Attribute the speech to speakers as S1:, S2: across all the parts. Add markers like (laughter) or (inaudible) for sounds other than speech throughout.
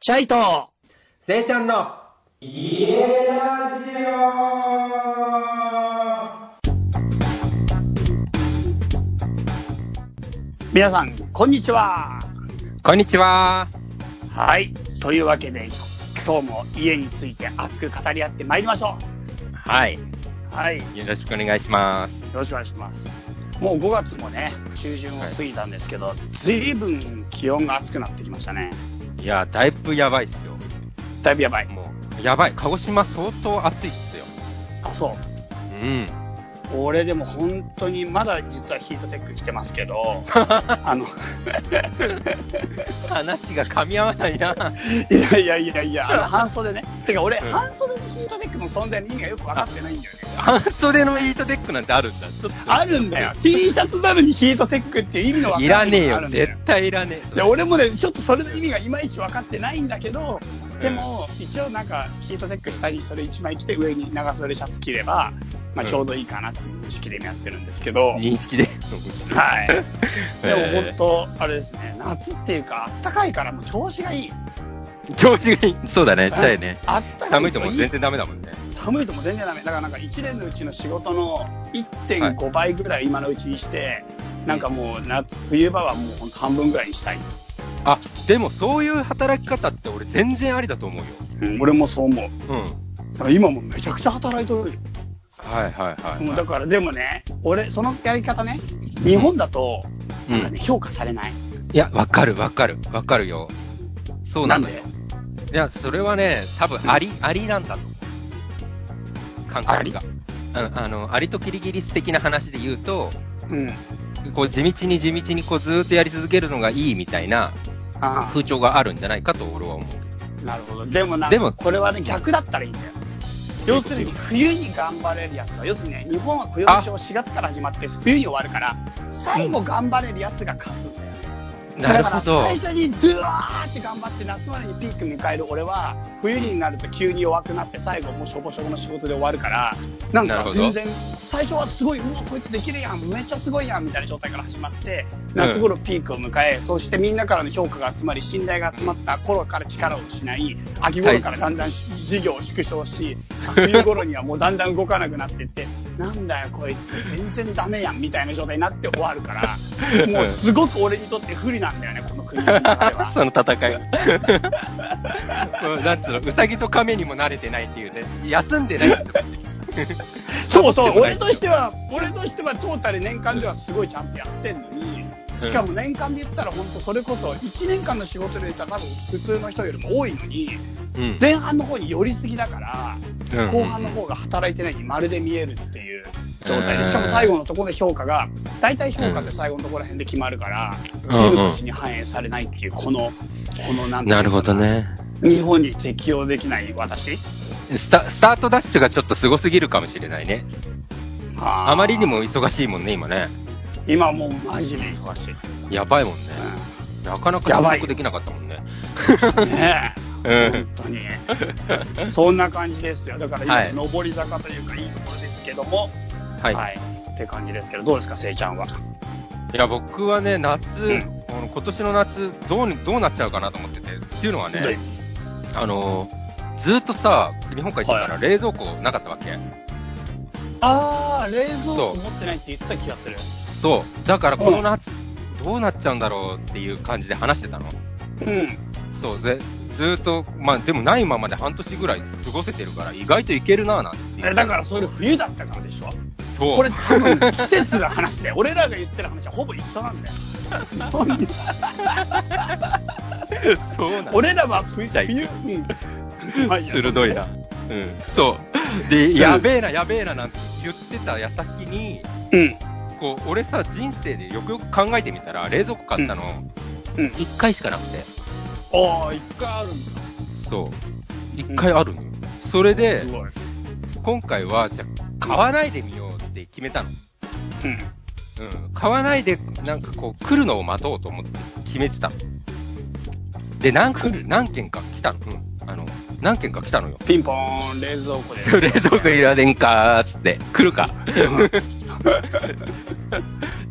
S1: シャイと、
S2: せいちゃんの、家ラジオ
S1: 皆さん、こんにちは。
S2: こんにちは。
S1: はい。というわけで、今日も家について熱く語り合ってまいりましょ
S2: はい。
S1: う。はい。よ
S2: よろしくお願いします。
S1: ろしくお願いします。もう5月もね、中旬を過ぎたんですけど、ずいぶん気温が暑くなってきましたね。
S2: いや、だいぶやばいっすよ。
S1: だいぶやばい。
S2: もう、やばい。鹿児島相当暑いっすよ。
S1: あ、そう。
S2: うん。
S1: 俺でも本当に、まだ実はヒートテック着てますけ (laughs) ど、あの、
S2: (laughs) 話が噛み合わないな。
S1: いやいやいやいや、あの半袖ね。てか俺、
S2: うん
S1: 半袖のヒートテックの存在の意味がよく分かってないんだよね。
S2: 半袖のヒートテックなんてあるんだ。ちょっと。
S1: あるんだよ。T シャツなのにヒートテックっていう意味の分
S2: い
S1: からん
S2: ねえ
S1: ないのが
S2: よ。
S1: あるんだよ
S2: 絶対いらねえ。
S1: で俺もね、ちょっとそれの意味がいまいち分かってないんだけど、でも、一応なんか、ヒートテック下にそれ1枚着て、上に長袖シャツ着れば、ま
S2: う
S1: あ、
S2: ん
S1: ちょうどいいかなっていう認識でやってるんですけど、
S2: 認識で。
S1: はい。でも
S2: (laughs) えー
S1: 本当、あれですね、夏っていうか、あったかいから、もう調子がいい。
S2: 調子がいい。そうだね。じゃあね。
S1: あったかい
S2: 寒いともう全然ダメだもんね。
S1: 寒いともう全然ダメだからなんか1年のうちの仕事の1.5倍ぐらい今のうちにして、なんかもう夏冬場はもうほんと半分ぐらいにしたい、
S2: あ、でもそういう働き方って俺全然ありだと思うよ。
S1: うん、俺もそう思う
S2: うん。
S1: だから今もうめちゃくちゃ働いとるよ、
S2: はいはいはい。
S1: もうだからでもね俺そのやり方ね日本だと
S2: うん
S1: なんかね、評価されない
S2: いや、わかるわかるわかるよ。そうなんだよ。
S1: で
S2: いや、それはね、多分アリ、アリなんだと思う。感覚が。うん、あの、アリとキリギリス的な話で言うと、
S1: うん
S2: こう、地道に地道にこう、ずーっとやり続けるのがいいみたいな
S1: あ
S2: 風潮があるんじゃないかと俺は思う。
S1: あなるほどでもなん
S2: で
S1: か
S2: も
S1: これはね逆だったらいいんだよ要するに冬に頑張れるやつは要するにね日本は雇用調4月から始まって冬に終わるから最後頑張れるやつが勝つんだよね、
S2: なるほ
S1: だ
S2: ど
S1: か。ら最初にドゥワーって頑張って夏までにピーク迎える俺は冬になると急に弱くなって最後もうしょぼしょぼの仕事で終わるからなん
S2: なる
S1: か
S2: ほど
S1: 全然最初はすごいうわこいつできるやんめっちゃすごいやんみたいな状態から始まって夏頃ピークを迎え、そしてみんなからの評価が集まり信頼が集まった頃から力を失い秋頃からだんだん事業を縮小し冬頃にはもうだんだん動かなくなってってなんだよこいつ全然ダメやんみたいな状態になって終わるからもうすごく俺にとって不利なんだよねこの国の中で
S2: (laughs)
S1: は。
S2: その戦いが。うんなんつうの、うさぎと亀にも慣れてないっていうね。休んでないんですよ。
S1: そうそう、
S2: でもない
S1: 俺としては、俺としてはトータル年間ではすごいちゃんとやってんのに、
S2: うん
S1: しかも年間で言ったら、本当それこそ1年間の仕事で言ったら、多分普通の人よりも多いのに、
S2: うん
S1: 前半の方に寄りすぎだから、
S2: うん
S1: 後半の方が働いてないにまるで見えるっていう状態
S2: う
S1: で、
S2: ん
S1: しかも最後のところで評価が、大体評価って最後のところら辺で決まるから、
S2: うん
S1: 次の年に反映されないっていう、この、このなんていうのか
S2: なるほど。ね。
S1: 日本に適応できない私
S2: スタスタートダッシュがちょっとすごすぎるかもしれないね。
S1: あー
S2: あまりにも忙しいもんね、今ね。
S1: 今もうマジで忙しい。
S2: やばいもんね。なかなか
S1: や
S2: 存
S1: ばい
S2: 続できなかったもんね。
S1: ねえ、
S2: うん
S1: 本当に。そんな感じですよ。だから今、
S2: はい
S1: 上り坂というか、いいところですけども、
S2: (laughs) はい。
S1: って感じですけど、どうですか、せいちゃんは。
S2: いや、僕はね、夏、
S1: うん
S2: あの今年の夏、どうに、どうなっちゃうかなと思ってて。っていうのは
S1: どういう
S2: ね、あの、ずっとさ、日本帰ってか
S1: は
S2: ら冷蔵庫なかったわけ。
S1: ああ、冷蔵
S2: そ
S1: 庫
S2: う
S1: 持ってないって言ってた気がする。
S2: そう。だからこの夏、どうなっちゃうんだろうっていう感じで話してたの。
S1: うん。
S2: そうぜ、ずーっと、まあでもないままで半年ぐらい過ごせてるから、意外といけるなぁなんていう。
S1: えだからそれ冬だったからでしょ
S2: そう。
S1: これ多分季節の話で、俺らが言ってる話はほぼ一緒なんだよ。本当に
S2: (laughs) そうなんだ
S1: 俺らは冬、
S2: じゃあ
S1: 冬、うん。まあや
S2: 鋭いな。うん。そう。で、やべえな、やべえななんて言ってた矢先に、
S1: うん。
S2: こう、俺さ、人生でよくよく考えてみたら、冷蔵庫買ったの、
S1: うん。
S2: 1回しかなくて。
S1: ああ、一回あるんだ。、
S2: そう。1回あるのよ。それです
S1: ごい。
S2: 今回は、じゃあ買わないでみようって決めたの。
S1: うん。
S2: うん。買わないで、なんかこう、来るのを待とうと思って決めてたの。で、何個何件か来たの。うん。あの、何件か来たのよ。 (laughs)
S1: ピンポーン、冷蔵庫で。
S2: そう冷蔵庫いらねんかーっつって、来るか。 (laughs)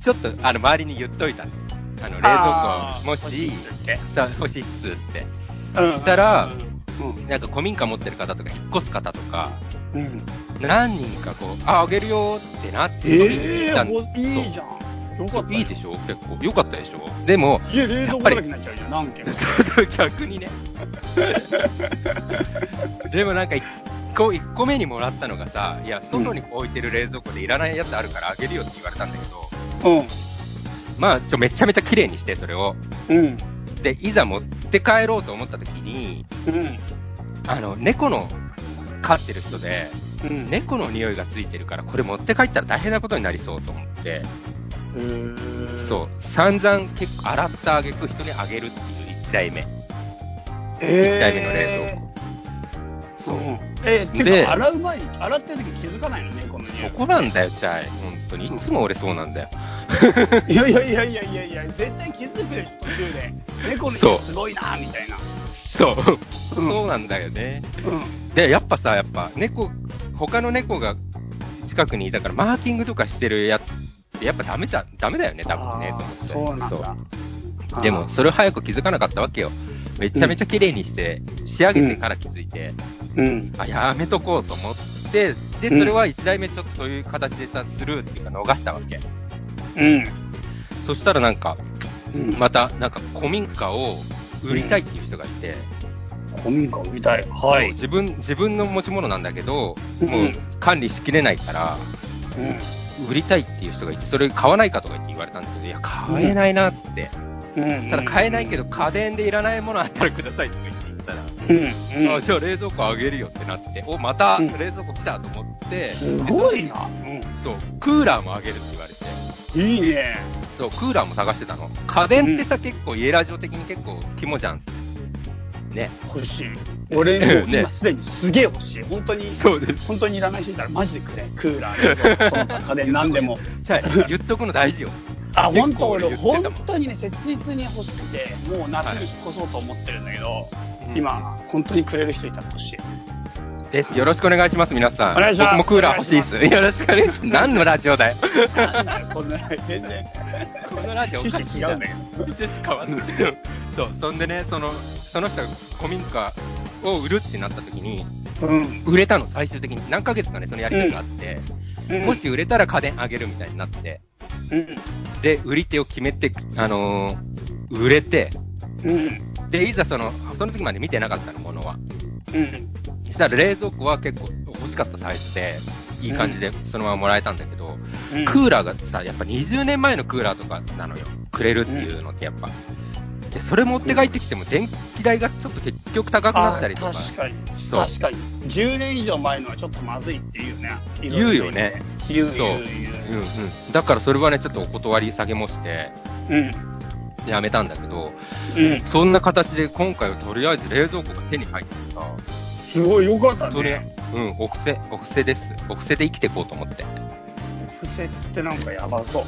S2: ちょっと、あの、周りに言っといたの。あの、冷蔵庫もし、
S1: 欲しいって言って
S2: さ欲しいっすって。
S1: うん
S2: したら
S1: う
S2: なんか古民家持ってる方とか、引っ越す方とか、
S1: んうん、うん
S2: 何人かこう、あ、あげるよってなって、
S1: ええ
S2: なん
S1: ー、いいじゃん。よか
S2: そ
S1: っ
S2: う
S1: た。
S2: いいで
S1: ょ。
S2: しょ結構。よかったでしょでも、
S1: 家冷蔵庫だらけになっちゃうじゃん、何件も。
S2: (laughs) そうそう、逆にね。でもなんか、一個、一個目にもらったのがさ、いや、外に置いてる冷蔵庫でいらないやつあるからあげるよって言われたんだけど、まあ、ちょ、めちゃめちゃ綺麗にして、それを。
S1: うん、うん、
S2: で、いざ持って帰ろうと思った時に、
S1: うん、
S2: あの、猫の、飼ってる人で、
S1: うん。。
S2: 猫の匂いがついてるから、これ持って帰ったら大変なことになりそうと思って、
S1: えー、
S2: そう、散々結構洗ったあげく人にあげるっていう1台目。1
S1: えー。
S2: 台目の冷
S1: そ
S2: 蔵
S1: う
S2: 庫。そう。。
S1: えー、て
S2: で
S1: か、洗う前に、洗ってる時気づかないのね、この匂
S2: そ
S1: い。
S2: こなんだよ、チャイ。本当に。いつも俺そうなんだよ。
S1: いやいやいやいやいやいや、絶対気づくでしょ、途中で。猫の
S2: そ
S1: 匂
S2: う
S1: いすごいなみたいな。
S2: そう。
S1: うん
S2: そうなんだよね。
S1: うん。
S2: で、やっぱさ、やっぱ猫、他の猫が近くにいたから、マーキングとかしてるやつって、やっぱダメじゃ、ダメだよね、多分ね、
S1: あ
S2: と
S1: ー
S2: 思って。
S1: そうなんだ。
S2: そうでも、それを早く気づかなかったわけよ。めちゃめちゃ綺麗にして、仕上げてから気づいて、
S1: うん。
S2: あ、やめとこうと思って、で、
S1: うん
S2: それは1台目ちょっとそういう形でさ、スルーっていうか逃したわけ。
S1: うん。
S2: そしたらなんか、
S1: うん。
S2: また、なんか古民家を売りたいっていう人がいて、
S1: 古民家を見たい。は
S2: そう
S1: い。
S2: 自分、自分の持ち物なんだけど、
S1: うん
S2: もう管理しきれないから、売りたいっていう人がいて、それ買わないかとか言って言われたんだけど、いや、買えないなっつって、
S1: うん。うん。
S2: ただ買えないけど、家電でいらないものあったらくださいとか言って言ったら、
S1: うん。う
S2: あ
S1: ん。
S2: じゃあ冷蔵庫あげるよってなって、お、また
S1: うん
S2: 冷蔵庫来たと思って、
S1: すごいな。
S2: そう、クーラーもあげるって言われて、
S1: うん。いいね。
S2: そう、クーラーも探してたの。家電ってさ、結構、家ラジオ的に結構、肝じゃん。ね。
S1: 欲しい。俺もう
S2: ね
S1: 今すでにすげえ欲しい。本当に。
S2: そうです。
S1: 本当にいらない人いたらマジでくれ。クーラーで、その他で何でも。
S2: じゃあ、言っとくの大事よ。
S1: あ、本
S2: 結
S1: 当
S2: 構言っ
S1: 俺、
S2: てたもん
S1: 本当にね、切実に欲しくて、もう夏に引っ越そうと思ってるんだけど、
S2: うん
S1: 今、本当にくれる人いたら欲しい。
S2: です。よろしくお願いします、皆さん。
S1: お願いしま
S2: 僕
S1: す
S2: もクーラー欲しいです。よろしくお願いします。何のラジオだよ。
S1: なんだよこんな、全然。
S2: このラジオお
S1: 趣
S2: か
S1: 旨
S2: しい
S1: 違
S2: な
S1: うんだけど。
S2: 一緒しか変わんない。 (laughs) そう、そんでね、その、その人が古民家を売るってなった時に、
S1: うん。
S2: 売れたの、最終的に。何ヶ月かね、そのやり方があって、
S1: うん
S2: もし、売れたら家電あげるみたいになって、
S1: うん。
S2: で、売り手を決めて、あのー売れて、
S1: うん。
S2: で、いざその、その時まで見てなかったの、ものは。
S1: うん。
S2: そしたら冷蔵庫は結構欲しかったサイズで、いい感じでそのままもらえたんだけど、
S1: うん
S2: クーラーがさ、やっぱ20年前のクーラーとかなのよ。くれるっていうのってやっぱ。で、それ持って帰ってきても電気代がちょっと結局高くなったりとか
S1: あ。確かに。
S2: そう
S1: 確かに。10年以上前のはちょっとまずいって言うね。
S2: 言うよね。
S1: 言う
S2: そう
S1: 言う言
S2: うんうん。だからそれはね、ちょっとお断り下げもして、
S1: う。うん。
S2: やめたんだけど、
S1: うん。
S2: そんな形で今回はとりあえず冷蔵庫が手に入ってさ、
S1: すごい、よかった
S2: とりあ
S1: ね。
S2: えず、うん、お布施、お布施です。お布施で生きていこうと
S1: (laughs)
S2: 思って。
S1: 伏せってなんかやばそう。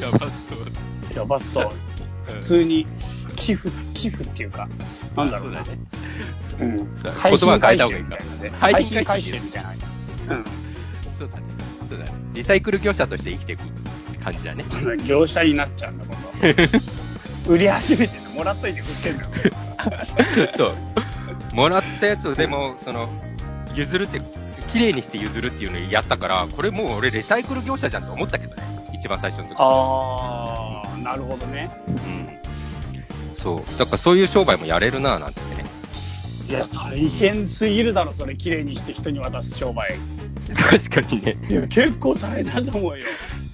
S2: やばそう。
S1: やばそう。普通に寄付、寄付っていうか、なんだろうな。
S2: ね。
S1: うん。
S2: そう
S1: 配信回
S2: 言葉変
S1: 収みたいなね。
S2: えた方がいいから
S1: 配信回収みたいな。
S2: そうだね。そうだね。リサイクル業者として生きていく感じだ
S1: (laughs)
S2: ね。
S1: うん。業者になっちゃうんだ、今度。売り始めてんのもらっといて売ってんだ。
S2: (laughs) そう。もらったやつをでも、その、譲るって、綺麗にして譲るっていうのをやったから、これもう俺リサイクル業者じゃんと思ったけどね。一番最初の時。
S1: あー、なるほどね。
S2: うん。そう。だからそういう商売もやれるなぁなんつって
S1: (laughs)
S2: ね。
S1: いや、大変すぎるだろ、それ、綺麗にして人に渡す商売。
S2: 確かにね。
S1: いや、結構大変だと思うよ。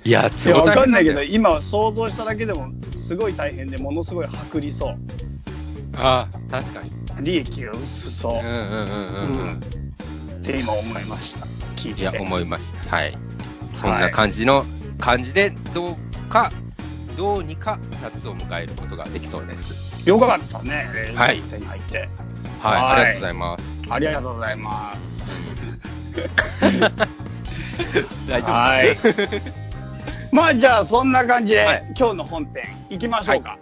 S2: いや、
S1: いや、わかんないけ
S2: だ
S1: ど、
S2: よ
S1: 今想像しただけでも、すごい大変で、ものすごい薄利そう。
S2: ああ、確かに。
S1: 利益が薄
S2: う
S1: そ
S2: んうんうんうん。う
S1: うんんうって今思いました。聞い
S2: い
S1: て
S2: や、
S1: て。
S2: 思います。はい。そんな感じの、感じで、どうか、どうにか夏を迎えることができそうです。
S1: よかったね、
S2: はい
S1: 手に入って。
S2: はい。
S1: はい
S2: ありがとうございます。
S1: ありがとうございます。 (laughs)
S2: 大丈夫
S1: はい。まあじゃあそんな感じで、
S2: はい
S1: 今日の本編行きましょうか。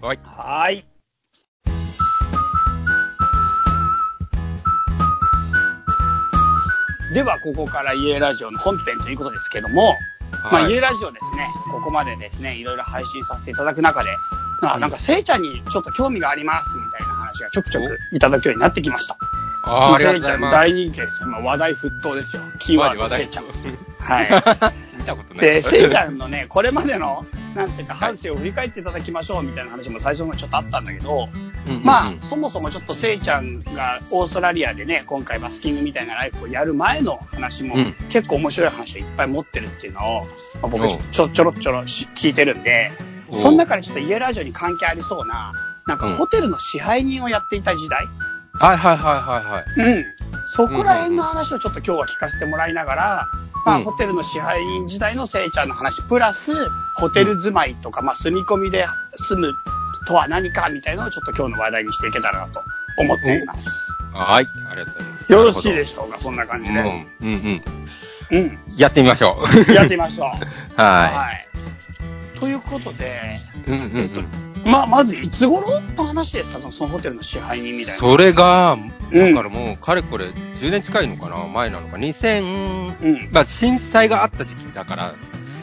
S2: はい。
S1: はい。ではここから家ラジオの本編ということですけども、まあ、
S2: はい
S1: 家ラジオですね、ここまでですね、いろいろ配信させていただく中で、あなんか、せいちゃんにちょっと興味がありますみたいな話がちょくちょくいただくようになってきました。
S2: あーありがとうござい
S1: せいちゃん
S2: ます。
S1: 大人気ですよ。今話題沸騰ですよ。キーワード、せいちゃん。は
S2: 見たこと
S1: い。
S2: (laughs) ない。
S1: で、せいち
S2: ん。
S1: ゃ
S2: (laughs)
S1: んのね、これまでの、なんていうか、反省を振り返っていただきましょうみたいな話も最初の方ちょっとあったんだけど、まあ、そもそもちょっとせいちゃんがオーストラリアでね、今回マスキングみたいなライフをやる前の話も、
S2: うん
S1: 結構面白い話をいっぱい持ってるっていうのを、まあ
S2: お
S1: 僕
S2: う
S1: ちょちょちょろちょろし聞いてるんで、
S2: おう
S1: その中でちょっと家ラジオに関係ありそうな、なん
S2: う
S1: か
S2: ん
S1: ホテルの支配人をやっていた時代、
S2: はいはいはいはいはい。
S1: うん、そこら辺の話をちょっと今日は聞かせてもらいながら、まあ、
S2: うん
S1: ホテルの支配人時代のせいちゃんの話、プラス、ホテル住まいとか、まあ、住み込みで住むとは何かみたいなのをちょっと今日の話題にしていけたらなと思っています。
S2: はい。ありがとうございます。
S1: よろしいで
S2: し
S1: しょうか、そんな感
S2: う
S1: じ
S2: ん。
S1: で。
S2: うんうん。
S1: うん。
S2: やってみまし
S1: (laughs)
S2: ょ
S1: やってみましょう。
S2: (laughs) う。は
S1: はい。ということで、
S2: い。うんうんう
S1: えっと
S2: ん。
S1: まあ、まずいつ頃の話ですか、そのホテルの支配人みたいな。
S2: それが、
S1: うん
S2: だからもう、かれこれ、10年近いのかな前なのか。2000、
S1: うん。
S2: まあ、震災があった時期だから、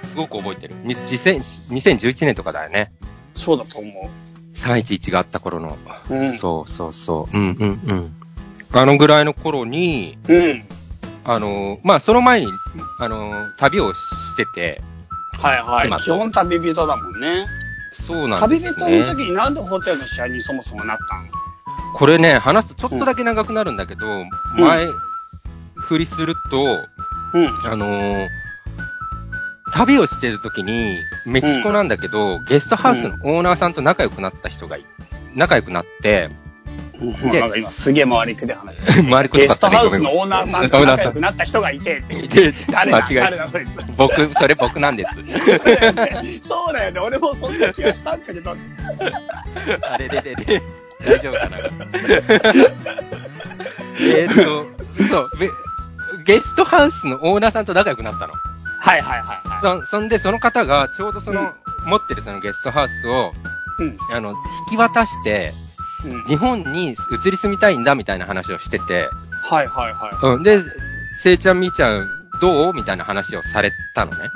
S2: すごく覚えてる。に2000 2011年とかだよね。
S1: そうだと思
S2: 311があった頃の。
S1: うん
S2: そうそうそう。うんうんうん。あのぐらいの頃に、
S1: う。うん。
S2: あの、まあ、その前に、あの、旅をしてて、
S1: はいは
S2: 妻
S1: い。
S2: と
S1: 基本旅人だもんね。
S2: そうなんで
S1: 旅
S2: す
S1: 人
S2: ね。
S1: の時になんでホテルの支配人そもそもなったの
S2: これね、話すとちょっとだけ長くなるんだけど、前、振りすると、
S1: うん。
S2: あのー旅をしてる時に、メキシコなんだけど、ゲストハウスのオーナーさんと仲良くなった人がい、仲良くなって、
S1: うんなんか今すげえ回りくで話して
S2: (laughs) 回りくど
S1: ゲ
S2: か
S1: ス
S2: っ
S1: ト
S2: たね
S1: ハウスのオーナーさんと仲良くなった人が
S2: (laughs)
S1: いて、誰だ
S2: 間違
S1: 誰
S2: え
S1: だそいつ。 (laughs)
S2: 僕、それ僕なんです。
S1: そうだよね。そうだよね。俺もそんな気がしたんだけど。
S2: あれれれれ。大丈夫かなえーっと、そう、べゲストハウスのオーナーさんと仲良くなったの。
S1: はいはいはいはい。
S2: そそんで、その方が、ちょうどその、持ってるそのゲストハウスを、
S1: うん。
S2: あの、引き渡して、
S1: うん。
S2: 日本に移り住みたいんだみたいな話をしてて、
S1: はいはいは
S2: うん、で、せいちゃんみーちゃんどうみたいな話をされたのね。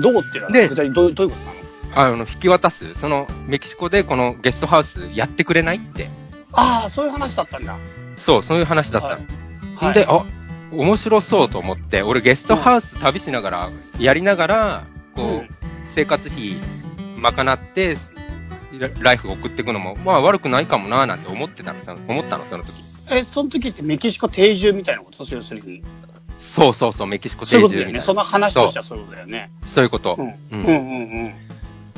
S1: い。どうっていうのは
S2: で
S1: 具体にどうどういうことなの
S2: あの、引き渡す、その、メキシコでこのゲストハウスやってくれないって。
S1: ああ、そういう話だったんだ。
S2: そう、そういう話だったの。
S1: はいはい
S2: で、あ、面白そうと思って、俺ゲストハウス旅しながら、やりながら、こう、
S1: うん
S2: 生活費賄って、ラライフを送っていくのも、まあ悪くないかもなーなんて思ってたの、その思ったの、その時。
S1: え、その時ってメキシコ定住みたいなこと要するに。
S2: そうそうそう、メキシコ
S1: そ
S2: 定
S1: ういう
S2: 住
S1: こ
S2: みたいな。
S1: とだよね。その話としてはそういうことだよね。
S2: そういうこと。
S1: うん。う
S2: うんん
S1: うん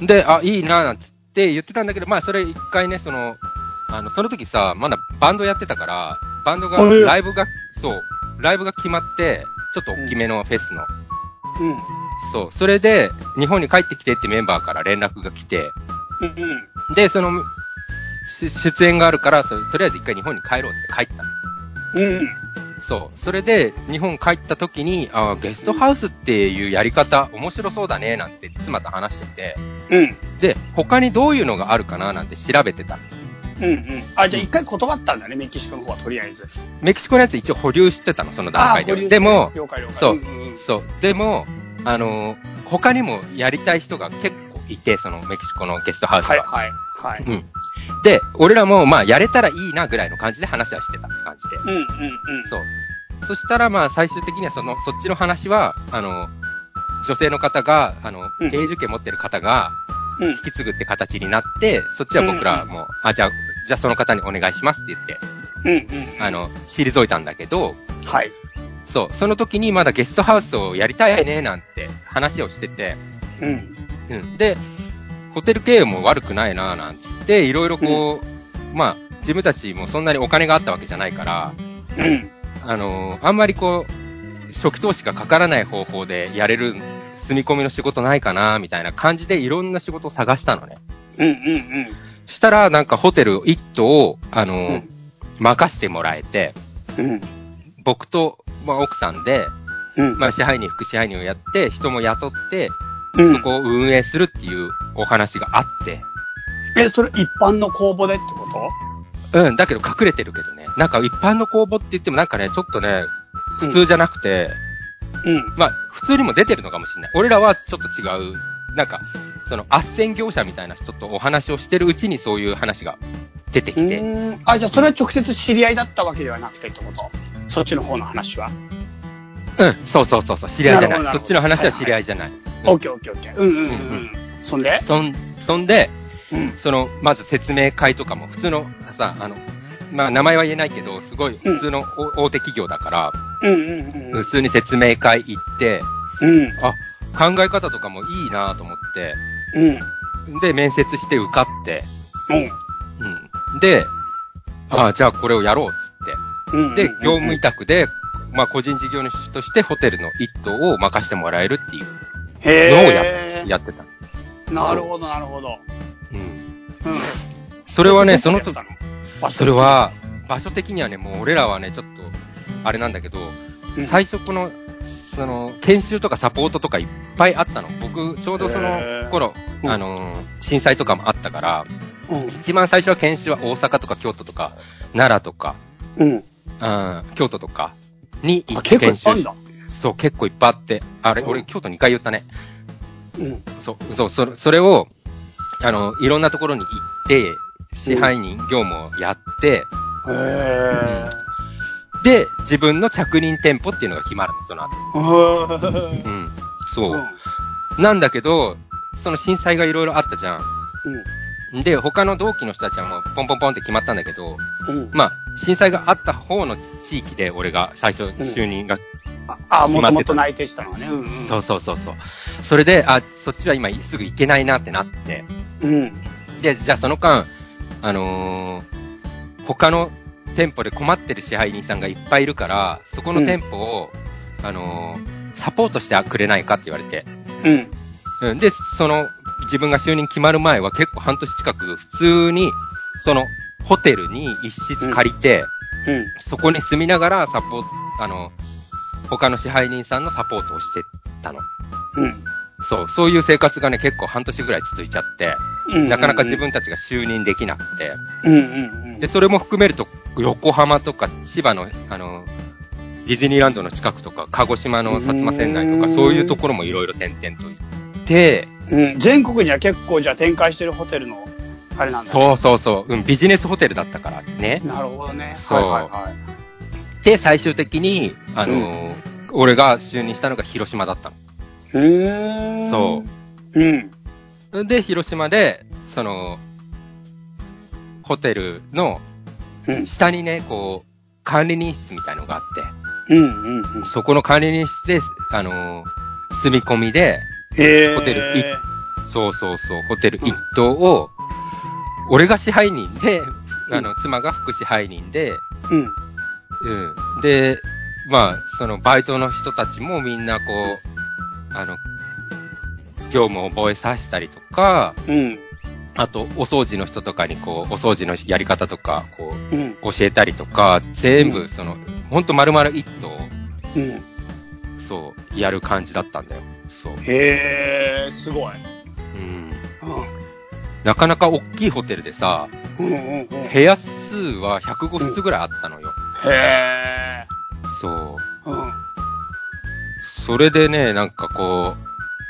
S1: うん。
S2: で、あ、いいな、なんつって言ってたんだけど、まあ、それ一回ね、その、あの、その時さ、まだバンドやってたから、バンドが、
S1: あええ
S2: ライブが、そう、ライブが決まって、ちょっと大きめのフェスの。
S1: うん。
S2: そう、それで、日本に帰ってきてってメンバーから連絡が来て、
S1: うんうん。
S2: で、その、し出演があるから、それとりあえず一回日本に帰ろうっつって帰ったの。
S1: うん。
S2: そう。それで、日本帰った時に、あゲストハウスっていうやり方、面白そうだね、なんて妻と話してて、
S1: うん。
S2: で、他にどういうのがあるかな、なんて調べてたの
S1: うんうん。あ、じゃあ一回断ったんだね、メキシコの方はとりあえず。
S2: メキシコのやつ一応保留してたの、その段
S1: あ
S2: 階
S1: ー保留
S2: で。
S1: ね
S2: でも、
S1: 了解了解。
S2: そうん
S1: ん
S2: そう。でも、あのー、他にもやりたい人が結構いて、そのメキシコのゲストハウス
S1: はい
S2: は。
S1: はいはい。
S2: うん。で、俺らも、まあ、やれたらいいなぐらいの感じで話はしてたって感じで。
S1: うんうんうん。
S2: そう。そしたら、まあ、最終的には、その、そっちの話は、あの、女性の方が、あの
S1: うん、
S2: 永住権持ってる方が、
S1: うん。
S2: 引き継ぐって形になって、そっちは僕らも、あ、じゃあ、じゃあその方にお願いしますって言って、
S1: うんうん。
S2: あ、の、退いたんだけど、
S1: はい。
S2: そう、その時にまだゲストハウスをやりたいね、なんて話をしてて、
S1: うん。
S2: うん。で、ホテル経営も悪くないな、なんつって、いろいろこう、まあ、自分たちもそんなにお金があったわけじゃないから、
S1: うん。
S2: あのーあんまりこう、初期投資がかからない方法でやれる住み込みの仕事ないかな、みたいな感じでいろんな仕事を探したのね。
S1: うんうん
S2: したら、なんかホテル一棟を、あの
S1: う
S2: ー
S1: ん。
S2: 任してもらえて、
S1: うん。
S2: 僕と、まあ、奥さんで、
S1: うん。
S2: まあ、支配人、副支配人をやって、人も雇って、
S1: うん
S2: そこを運営するっていうお話があって、
S1: え、それ一般の公募でってこと
S2: うん、だけど隠れてるけどね、なんか一般の公募って言ってもなんかね、ちょっとね、普通じゃなくて、
S1: うん。
S2: まあ、普通にも出てるのかもしれない。俺らはちょっと違う、なんか、そその、斡旋業者みたいな人とお話をしてるうちにそういう話が出てきて、
S1: うんあ、じゃあそれは直接知り合いだったわけではなくてってことそっちの方の話は。
S2: うん、そうそうそうそう、知り合いじゃない。
S1: なる
S2: そ
S1: ほど
S2: っちの話は知り合いじゃない。うん
S1: オッケーオッケーオッケー。うんうんうん
S2: うんう
S1: うん。そんで
S2: そん、そんで、
S1: うん。
S2: その、まず説明会とかも、普通の、さ、あの、まあ、名前は言えないけど、すごい、普通のお大手企業だから、
S1: うんうんう
S2: 普
S1: ん
S2: 通に説明会行って、
S1: うん。うん。
S2: あ、考え方とかもいいなと思って、
S1: うん。うん。
S2: で、面接して受かって、うん。で、あじゃあこれをやろうっつ
S1: うん。
S2: って。で、業務委
S1: い
S2: 託で、まあ、個人事業主としてホテルの一棟を任せてもらえるっていうのをや,、
S1: へ
S2: やってた。
S1: え。なるほど、なるほど。
S2: うん。
S1: うん。
S2: それはね、その時、
S1: あ
S2: それ、は、場所的にはね、もう俺らはね、ちょっと、あれなんだけど、
S1: うん
S2: 最初この、その、研修とかサポートとかいっぱいあったの。僕、ちょうどそ
S1: へ
S2: の
S1: ー
S2: 頃、
S1: うん
S2: あのー、震災とかもあったから、
S1: うん。
S2: 一番最初は研修は大阪とか京都とか、奈良とか、
S1: うん。
S2: うん、京都とかに行
S1: あ、
S2: って
S1: 結構
S2: 研
S1: いっぱいあん
S2: 修。
S1: だ。
S2: そう、結構いっぱいあって、あれ、
S1: うん
S2: 俺京都2回言ったね。
S1: うん。
S2: そう、そう、それそれを、あの、いろんなところに行って、支配人業務をやって、
S1: へえ。
S2: で、自分の着任店舗っていうのが決まるの、その後。
S1: う
S2: うん。そう。なんだけど、その震災がいろいろあったじゃん。で、他の同期の人たちはもうポンポンポンって決まったんだけど、
S1: ん。うん。
S2: まあ、震災があった方の地域で俺が最初就任が、
S1: あ、もともと内定したのはね。うん。
S2: そうそうそうそう。それで、あ、そっちは今すぐ行けないなってなって、
S1: うん。うん。
S2: で、じゃあその間、あのー他の店舗で困ってる支配人さんがいっぱいいるから、そこの店舗を、あのーサポートしてくれないかって言われて、
S1: うん。
S2: うん、で、その、自分が就任決まる前は結構半年近く普通に、その、ホテルに一室借りて、
S1: うん。
S2: そこに住みながらサポート、あの、他の支配人さんのサポートをしてたの。
S1: うん。
S2: そう、そういう生活がね、結構半年ぐらい続いちゃって、
S1: うん
S2: なかなか自分たちが就任できなくて、
S1: うんうん
S2: で、それも含めると、横浜とか千葉の、あの、ディズニーランドの近くとか、鹿児島の薩摩川内と
S1: う
S2: か、
S1: ん
S2: そういうところもいろいろ点々と行って、
S1: うん、うん、全国には結構じゃあ展開してるホテルのあれなんだ
S2: そうそうそう、うん、ビジネスホテルだったからね。
S1: なるほどね
S2: そう
S1: はいはいは
S2: で、最終的に、あのー俺が就任したのが広島だった
S1: いうーん
S2: そ
S1: うん
S2: の。で、広島で、その、ホテルの
S1: うん
S2: 下にね、こう、管理人室みたいのがあっ
S1: うんうんうん
S2: て、そこの管理人室で、あのー住み込みで、
S1: へえ
S2: ホテルいそうそうそう、ホテル一棟を、俺が支配人で、あの、妻が副支配人で、
S1: うん
S2: うん。で、まあ、そのバイトの人たちもみんなこう、あの、業務を覚えさせたりとか、
S1: うん
S2: あと、お掃除の人とかにこう、お掃除のやり方とか、こ
S1: うん
S2: う、教えたりとか、全
S1: う
S2: 部、
S1: ん
S2: その、ほんと丸々一頭、
S1: うん
S2: そう、やる感じだったんだよ。そう。
S1: へえすごい
S2: うん。
S1: う
S2: なかなか大きいホテルでさ、
S1: んうんうんうんへ
S2: 部屋数は105室ぐらいあったのよ。
S1: え
S2: そう。
S1: うん
S2: それでね、なんかこ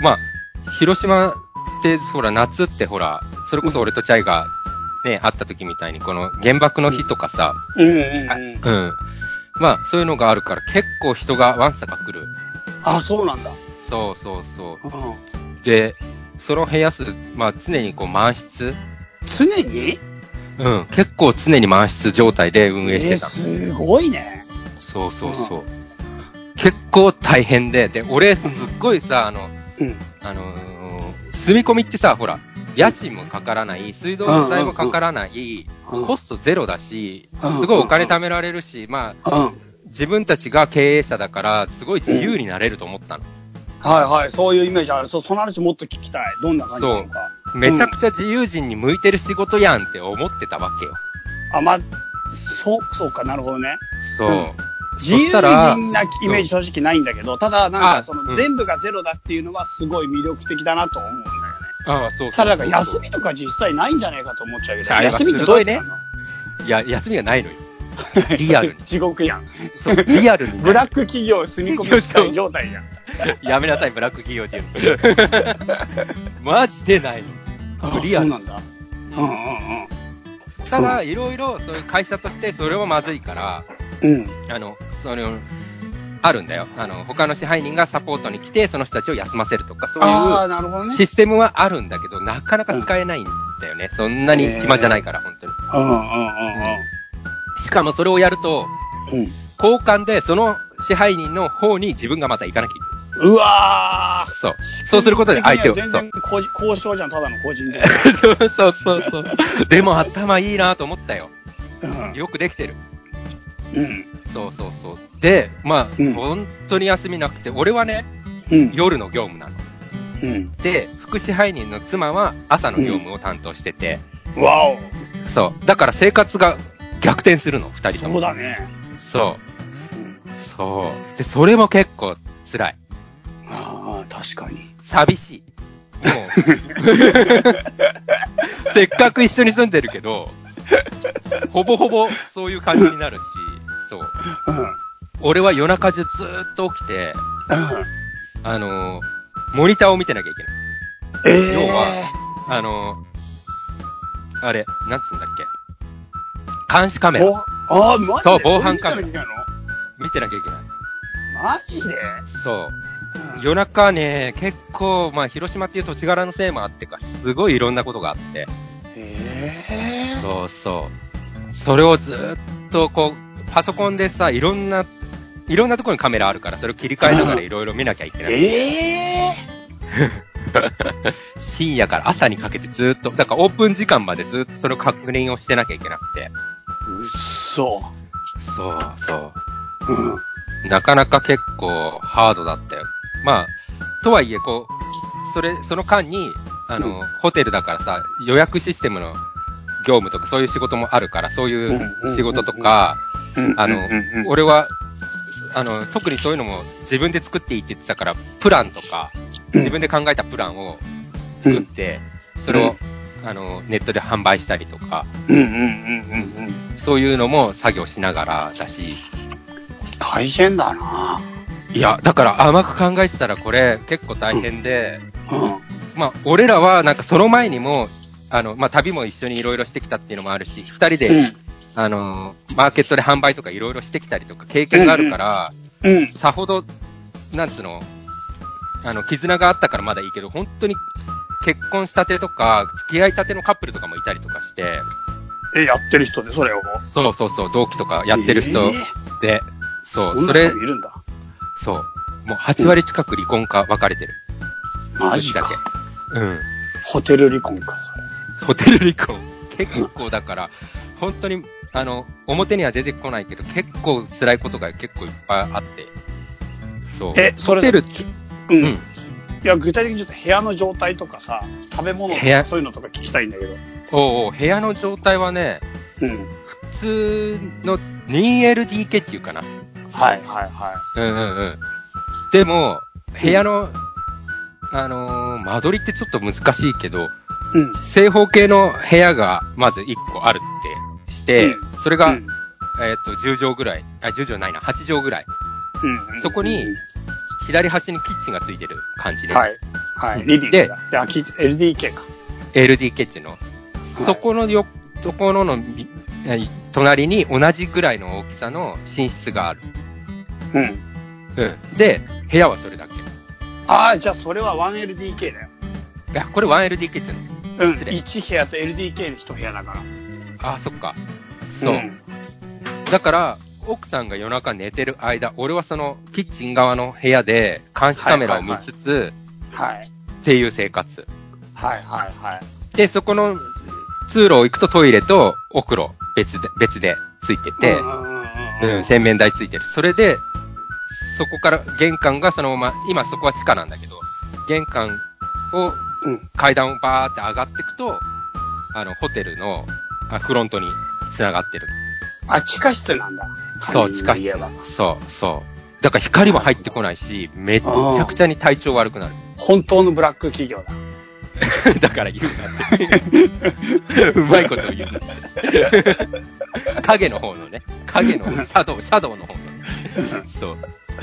S2: う、まあ、広島って、ほら、夏ってほら、それこそ俺とチャイがね、会った時みたいに、この原爆の日とかさ、
S1: うん
S2: あ
S1: うんうん
S2: うん。まあ、そういうのがあるから、結構人がわんさか来る。
S1: あそうなんだ
S2: そうそうそ
S1: うん
S2: う。で、その部屋数、まあ、常にこう満室
S1: 常に
S2: うん。結構常に満室状態で運営して
S1: え
S2: たの。
S1: すごいね
S2: そうそうそう。結構大変で、で、俺、すっごいさ、あの、
S1: うん
S2: あのー住み込みってさ、ほら、家賃もかからない、水道代もかからない、
S1: うん
S2: コストゼロだし、
S1: うん
S2: すごいお金貯められるし、まあ、
S1: うん
S2: 自分たちが経営者だから、すごい自由になれると思ったの。
S1: はいはいそういうイメージあるそうその話もっと聞きたいどんな感じなのか
S2: めちゃくちゃ自由人に向いてる仕事やんって思ってたわけよ。
S1: あ、まあ、そう、そうか、なるほどね。
S2: そう。
S1: うん自
S2: そ
S1: 由
S2: したら、
S1: 人なイメージ正直ないんだけど、ただなん
S2: あ
S1: かその
S2: うん
S1: 全部がゼロだっていうのはすごい魅力的だなと思うんだよね。
S2: ああ、そうそうそう
S1: ただなんか休みとか実際ないんじゃないかと思っちゃうけ
S2: じゃ
S1: ど、
S2: あ
S1: 休みってどうやってやんの
S2: いや、休みがないのよ。リアル
S1: (laughs) 地獄やん。
S2: そう、リアルになる。
S1: (laughs) ブラック企業住み込みしたい状態やん。
S2: やめなさい、ブラック企業っていう
S1: (laughs)
S2: の。マジでないの。リア
S1: あそ
S2: ル
S1: うな。んだ。うんうん
S2: ただ、いろいろ、そういう会社として、それはまずいから、
S1: うん。うん。
S2: あの、その、あるんだよ。あの、他の支配人がサポートに来て、その人たちを休ませるとか、そう
S1: ああ、
S2: い
S1: なるほど
S2: う
S1: ね。
S2: システムはあるんだけど、なかなか使えないんだよね。そんなに暇じゃないから、本当に。
S1: うんうん
S2: しかもそれをやると、
S1: うんうん。
S2: 交換で、その支配人の方に自分がまた行かなきゃいけな
S1: うん。うわー
S2: い。。そう。そうすることで相手を。
S1: (laughs) 全
S2: そう
S1: 然。こじ交渉じゃん、ただの個人で。
S2: そうそうそうそう。でも頭いいなと思ったよ。
S1: うん
S2: よくできてる。
S1: うん。
S2: そうそうそう。で、まあ、
S1: うん
S2: 本当に休みなくて、俺はね、
S1: うん。
S2: 夜の業務なの。
S1: うん。
S2: で、副支配人の妻は朝の業務を担当してて、
S1: わお。
S2: そう。だから生活が逆転するの、二人と
S1: そう
S2: も。
S1: だね。
S2: そ
S1: うん
S2: う。そう。で、それも結構辛い。
S1: ああ、確かに。
S2: 寂しい。
S1: (laughs)
S2: もうせっかく一緒に住んでるけど、ほぼほぼそういう感じになるし、そう。
S1: うん。うん。
S2: 俺は夜中中ずーっと起きて、あのーモニターを見てなきゃいけない。
S1: え
S2: 要
S1: え
S2: はあのーあれ、なんつうんだっけ。監視カメラ
S1: ぼああ、マジで
S2: そう防犯カメラ
S1: それ見てなきゃいけ
S2: 見てなきゃいけない。
S1: ないのマジで
S2: そう。夜中ね、結構、まあ、広島っていう土地柄のせいもあってか、すごいいろんなことがあって。
S1: ええ
S2: そうそう。それをずーっとこう、パソコンでさ、いろんな、いろんなところにカメラあるから、それを切り替えながらいろいろ見なきゃいけない。
S1: ええ
S2: 深夜から朝にかけてずーっと、だからオープン時間までずーっとそれを確認をしてなきゃいけなくて。
S1: うっそ。
S2: そうそ
S1: うん。
S2: う。なかなか結構ハードだったよ。まあ、とはいえ、こう、それ、その間に、あの、ホテルだからさ、予約システムの業務とかそういう仕事もあるから、そういう仕事とか、あの、俺は、あの、特にそういうのも自分で作っていいって言ってたから、プランとか、
S1: うん
S2: 自分で考えたプランを作って、それを、あの、ネットで販売したりとか、
S1: うんうんうんうんうん。
S2: そういうのも作業しながらだし、
S1: 大変だな。
S2: いや、だから甘く考えてたらこれ結構大変で、
S1: うん。
S2: まあ、俺らはなんかその前にも、あの、まあ、旅も一緒にいろいろしてきたっていうのもあるし、二人で、あの、マーケットで販売とかいろいろしてきたりとか経験があるから、
S1: うん。うん。
S2: さほど、なんつうの、あの、絆があったからまだいいけど、本当に結婚したてとか、付き合いたてのカップルとかもいたりとかして、
S1: え、やってる人で、それを。
S2: そうそうそう、同期とかやってる人
S1: ええ
S2: で、そう、そ
S1: んな
S2: れ
S1: 人、いるんだ。
S2: そう、もう8割近く離婚か別れてる。
S1: マジ
S2: ぶ
S1: か
S2: っち。ゃけうん。
S1: ホテル離婚か、それ。
S2: ホテル離婚。結構だから、本当に、あの、表には出てこないけど、結構辛いことが結構いっぱいあって。そう。
S1: えそれ
S2: ホテル、
S1: う
S2: うん
S1: ん。。いや、具体的にちょっと部屋の状態とかさ、食べ物と
S2: 部屋
S1: かそういうのとか聞きたいんだけど。
S2: おうおう部屋の状態はね、
S1: うん。
S2: 普通の 2LDK っていうかな。
S1: はいはいは
S2: うんうんうん。でも、部屋の、あのー間取りってちょっと難しいけど、
S1: い。うん。
S2: 正方形の部屋がまず1個あるってして、
S1: う
S2: それが、
S1: うん
S2: えっ、と、10畳ぐらい、あ、10畳ないな、8畳ぐらい。
S1: うんうん
S2: そこに左端にキッチンがついてる感じで、
S1: はい。は
S2: うん
S1: い。リビングだ。で、あ、き LDK か。
S2: LDK っていうの。そこのよ、ところのみ、えー隣に同じぐらいの大きさの寝室がある。
S1: うん。
S2: うん。で、部屋はそれだけ。
S1: ああ、じゃあそれは 1LDK だよ。
S2: いや、これ 1LDK っていうの。
S1: うん。
S2: 失礼
S1: 1部屋と LDK の1部屋だから。
S2: あー、そっか。そう。
S1: ん
S2: だから、奥さんが夜中寝てる間、俺はそのキッチン側の部屋で監視カメラを見つつ、
S1: はい。
S2: っていう生活。
S1: はいはいはい。
S2: で、そこの通路を行くとトイレとお風呂、別で、別でついてて、
S1: うんうん
S2: うん、洗面台ついてる。それで、そこから、玄関がそのまま、今そこは地下なんだけど、玄関を、
S1: うん。
S2: 階段をバーって上がっていくと、あの、ホテルの、あフロントに繋がってる。
S1: あ、地下室なんだ。
S2: そう、地下
S1: 管理
S2: 室
S1: 人の家は。。
S2: そう、そう。だから光も入ってこないし、めっちゃくちゃに体調悪くな (laughs) る。
S1: 本当のブラック企業だ。
S2: だから言 (laughs) うなって。うまいことを (laughs) 言うなって。影の方のね、影のシャドウ、シャドウの方のね。そう。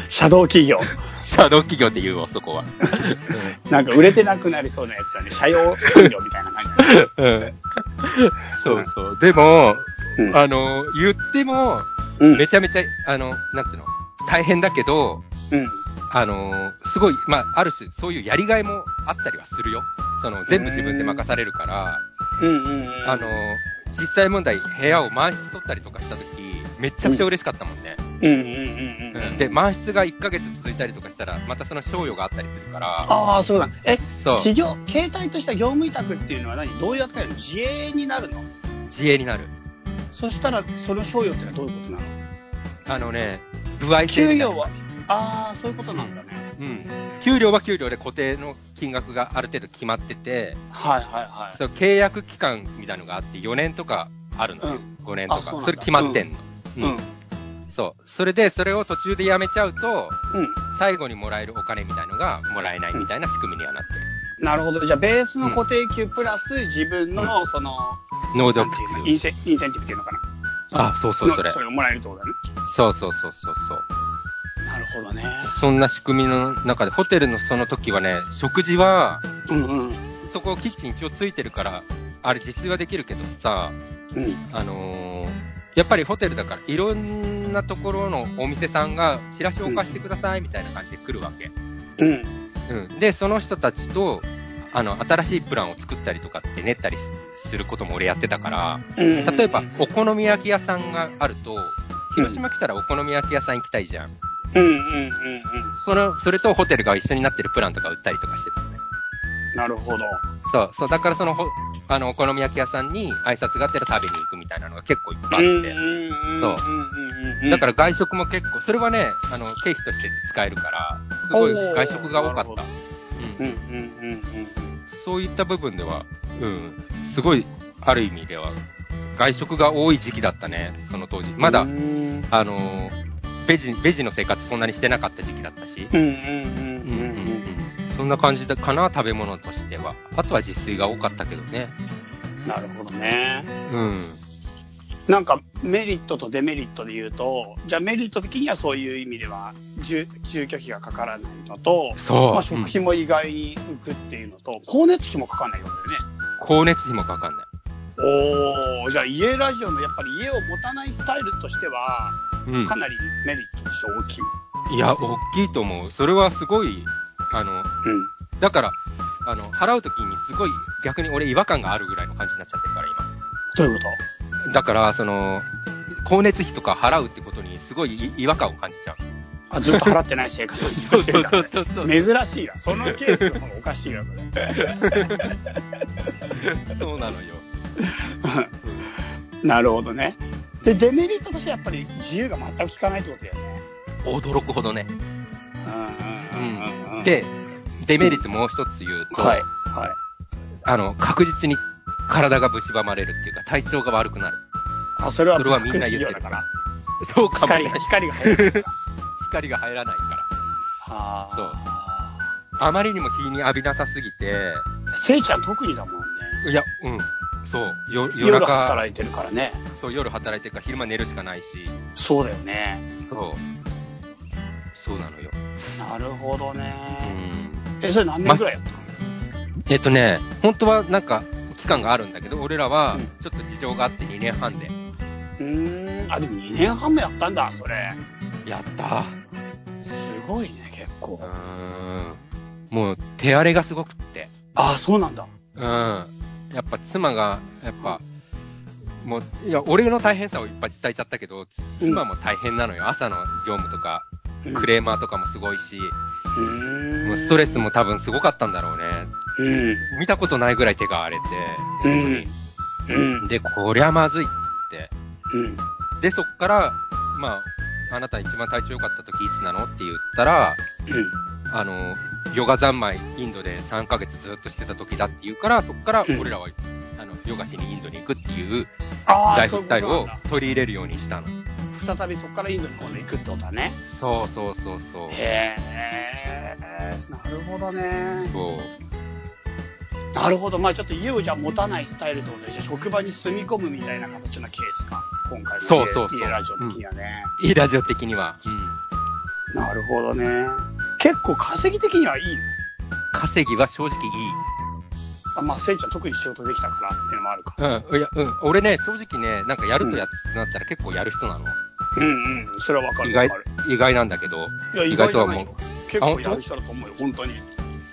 S1: シャドウ企業。
S2: シャドウ企業って言うわ、そこは。
S1: なんか売れてなくなりそうなやつだね。社用企業みたいな感じ。
S2: うんそうそう。でも、
S1: う
S2: (laughs)
S1: ん
S2: あの、言っても、
S1: うん
S2: めちゃめちゃ、あの、なんつうの、大変だけど、
S1: うん。
S2: あの、すごい、まあ、ある種、そういうやりがいもあったりはするよ。その、全部自分で任されるから、
S1: うんうんうん。
S2: あの、実際問題、部屋を満室取ったりとかした時めっちゃくちゃ嬉しかったもんね。
S1: うんうんうんうん
S2: う
S1: うんん。
S2: で、満室が1ヶ月続いたりとかしたら、またその賞与があったりするから、
S1: ああ、そうだ。え、
S2: そう、
S1: 事業、形態とした業務委託っていうのは何どういう扱いなの自営になるの
S2: 自営になる。
S1: そしたら、その賞与ってのはどういうことなの
S2: あのね、不愛制
S1: 給
S2: になる
S1: 与は、ああ、そういうことなんだね。
S2: うん、給料は給料で固定の金額がある程度決まってて、
S1: はいはいはい。
S2: そう契約期間みたいなのがあって、4年とかあるのよ、
S1: う
S2: 5年と
S1: あそう
S2: か、
S1: なんだ
S2: それ決まってんの、うん
S1: うん。
S2: そう、それでそれを途中でやめちゃうと、
S1: うん。
S2: 最後にもらえるお金みたいのがもらえないみたいな仕組みにはなってる、
S1: なるほど。じゃあ、ベースの固定給プラス自分の、その、
S2: 能
S1: な
S2: 力
S1: んていうのインセインセンティブっていうのかな。
S2: あそうそう
S1: の
S2: それ
S1: それをもらえるってことだね。
S2: そうそうそうそうそう、
S1: なるほどね。
S2: そんな仕組みの中で、ホテルのその時はね、食事は、
S1: うんうん。
S2: そこ、キッチン一応ついてるから、あれ、自炊はできるけどさ、
S1: うん。
S2: あのーやっぱりホテルだから、いろんなところのお店さんが、チラシを貸してくださいみたいな感じで来るわけ。
S1: うん。
S2: うん。で、その人たちと、あの、新しいプランを作ったりとかって練ったりすすることも俺やってたから、
S1: うん
S2: 例えば、お好み焼き屋さんがあると、広島来たらお好み焼き屋さん行きたいじゃん。
S1: うんうんうんうん。
S2: その、それとホテルが一緒になってるプランとか売ったりとかしてたのね。
S1: なるほど。
S2: そう、そう、だからその、ほあの、お好み焼き屋さんに挨拶があってら食べに行くみたいなのが結構いっぱいあって。
S1: うん
S2: そう
S1: うんうん。、
S2: だからら外食も結構、それはね、あの、経費として使えるから、すごい外食が多か
S1: おー
S2: った
S1: なる。
S2: う
S1: うんんうんうん
S2: そういった部分では、うん、すごい、ある意味では、外食が多い時期だったね、その当時。
S1: うん。
S2: まだ、
S1: うん
S2: あの、ベジ、ベジの生活そんなにしてなかった時期だったし。
S1: うんうん
S2: うん
S1: う
S2: うん
S1: ん
S2: う
S1: うん
S2: ん、そんな感じだかな、食べ物としては。あとは自炊が多かったけどね。
S1: うん。なるほどね。
S2: うん。
S1: なんかメリットとデメリットで言うと、じゃあメリット的にはそういう意味では、住住居費がかからないのと、
S2: そう。
S1: まあ、食費も意外に浮くっていうのと、光熱費もかかんないわけだよね。
S2: うん光熱費もかかんない。
S1: おー、じゃあ家ラジオのやっぱり家を持たないスタイルとしては、
S2: うん
S1: か。なりメリットとして大きい。
S2: いや、大きいと思う。それはすごい、あの、
S1: うん。
S2: だから、あの、払うときにすごい逆に俺違和感があるぐらいの感じになっちゃってるから、
S1: どういうこ
S2: 今。だから、その、光熱費とか払うってことにすごいい違和感を感じちゃう。
S1: とあずっと払ってない生 (laughs) 活をずっとしてるから、ね。
S2: うそ
S1: 珍しいな。そのケースの方がおかしいな、これ。
S2: (laughs) そうなのよ。
S1: (laughs) なるほどね。で、デメリットとしてはやっぱり自由が全く効かないってことだよね。
S2: 驚くほどね。
S1: うんうんうんうんうん、
S2: で、デメリットもう一つ言うと、
S1: はい。はい。
S2: あの、確実に体が蝕まれるっていうか、体調が悪くなる。
S1: あ、それは
S2: それはみんな言ってる
S1: ブラック企業だから。
S2: そうかも
S1: 光
S2: ね
S1: が、。光が入るから。
S2: 光が入らないか
S1: (laughs) は
S2: ら。あまりにも日に浴びなさすぎて、
S1: あ。せいちゃん特にだもんね。
S2: いや、うん。そう。よ夜
S1: 夜
S2: 中
S1: 働いてるからね。
S2: そう、夜働いてるから昼間寝るしかないし。
S1: そうだよね。
S2: そう。そうなのよ。
S1: なるほど
S2: う
S1: ね。
S2: ん。
S1: え、それ何年ぐらいやったの
S2: えっとね、本当はなんか、期間があるんだけど、俺らは
S1: うん、
S2: ちょっと事情があって2年半で。
S1: うーん。あ、でも2年半もやったんだ、それ。
S2: やった
S1: すごいね、結構
S2: う。ん。もう、手荒れがすごくって。
S1: あ、そうなんだ。
S2: うん。やっぱ妻が、やっぱ、もう、いや、俺の大変さをいっぱい伝えちゃったけど、妻も大変なのよ。朝の業務とか、クレーマーとかもすごいし、
S1: うーん。
S2: もうストレス。も多分すごかったんだろうね。
S1: うん。
S2: 見たことないぐらい手が荒れて、本
S1: うん
S2: 当。に。で、こりゃまずいって
S1: うん。
S2: 言って。で、そっから、まあ、あなた一番体調良かった時いつなのって言ったら、
S1: うん。
S2: あの、ヨガ三昧、インドで3ヶ月ずっとしてた時だって言うから、そっから
S1: うん
S2: 俺らは、あの、ヨガしにインドに行くっていう
S1: あ
S2: ライ
S1: あ、
S2: フ
S1: そうい
S2: ス
S1: うこ
S2: タ
S1: と
S2: イル
S1: なん
S2: を
S1: だ。
S2: 取り入れるようにしたの。
S1: 再びそこからインドに今度行くってことだね。
S2: そうそうそうそう。
S1: へえ、なるほどね。
S2: そう。
S1: なるほど。まあちょっと家をじゃあ持たないスタイルってことで、じゃあ職場に住み込むみたいな形のケースか。今回の
S2: そうそうそう
S1: 家ラジオ的にはね、
S2: いいラジオ的には。
S1: なるほどね。結構稼ぎ的にはいいの
S2: 稼ぎは正直いい。
S1: あまあ、せいちゃん特に仕事できたからっていうのもあるか。
S2: うん、いや、うん。俺ね、正直ね、なんかやるとやっ、なったら結構やる人なの。
S1: うんうん。それはわか
S2: 意
S1: るわ
S2: 外
S1: かる。、
S2: 意外なんだけど。
S1: いや、意
S2: 意外
S1: 外じ
S2: と
S1: ゃ
S2: は
S1: ないよ
S2: も。
S1: 結構やる人だと思うよ、本当に。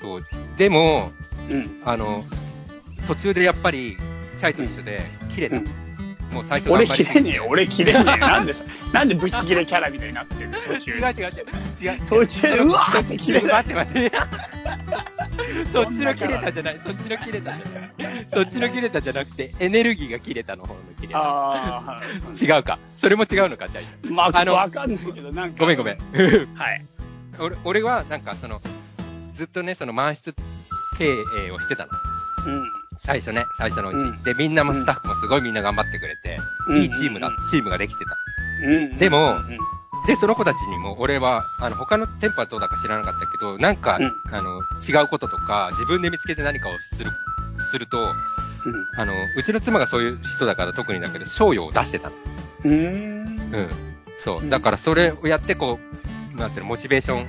S2: そう。でも、
S1: うん。
S2: あの、途中でやっぱり、チャイと一緒で、切れた。もう最初
S1: 俺
S2: 頑張り
S1: 切
S2: す
S1: れ
S2: ぎ
S1: ねえよ、俺切れねえよ。なんでさ、 (laughs) なんでブチ切れキャラみたいになってるの途
S2: (laughs)
S1: 中
S2: 違う違う
S1: で。
S2: 違う。違う。
S1: 途中で、うわーって切れた。
S2: 待って待
S1: (laughs)
S2: って。そっちの切れたじゃない、そっちの切れたじゃない。そっちの切れたじゃなくて、エネルギーが切れたの方の切れた。
S1: ああ、う。
S2: 違うか。それも違うのか、チャイ。
S1: まあ、
S2: あの
S1: わかんないけど、なんか。
S2: ごめんご
S1: (laughs)
S2: めん。
S1: はい。
S2: 俺俺は、なんか、その、ずっとね、その満室経営をしてたの。
S1: うん。
S2: 最初ね、最初のうち。
S1: うん
S2: で、みんなもスタッフもすごいみんな頑張ってくれて、
S1: うん
S2: いいチームだ、チームができてた。
S1: うん、
S2: でも
S1: うんうん
S2: で、その子たちにも、俺は、あの、他の店舗はどうだか知らなかったけど、なんか、
S1: うん
S2: あの、違うこととか、自分で見つけて何かをする、すると、あの、うちの妻がそういう人だから特にだけど、賞与を出してたの。
S1: うん。うん。
S2: うん。そうう。
S1: ん
S2: だからそれをやって、こう、なんていうの、モチベーション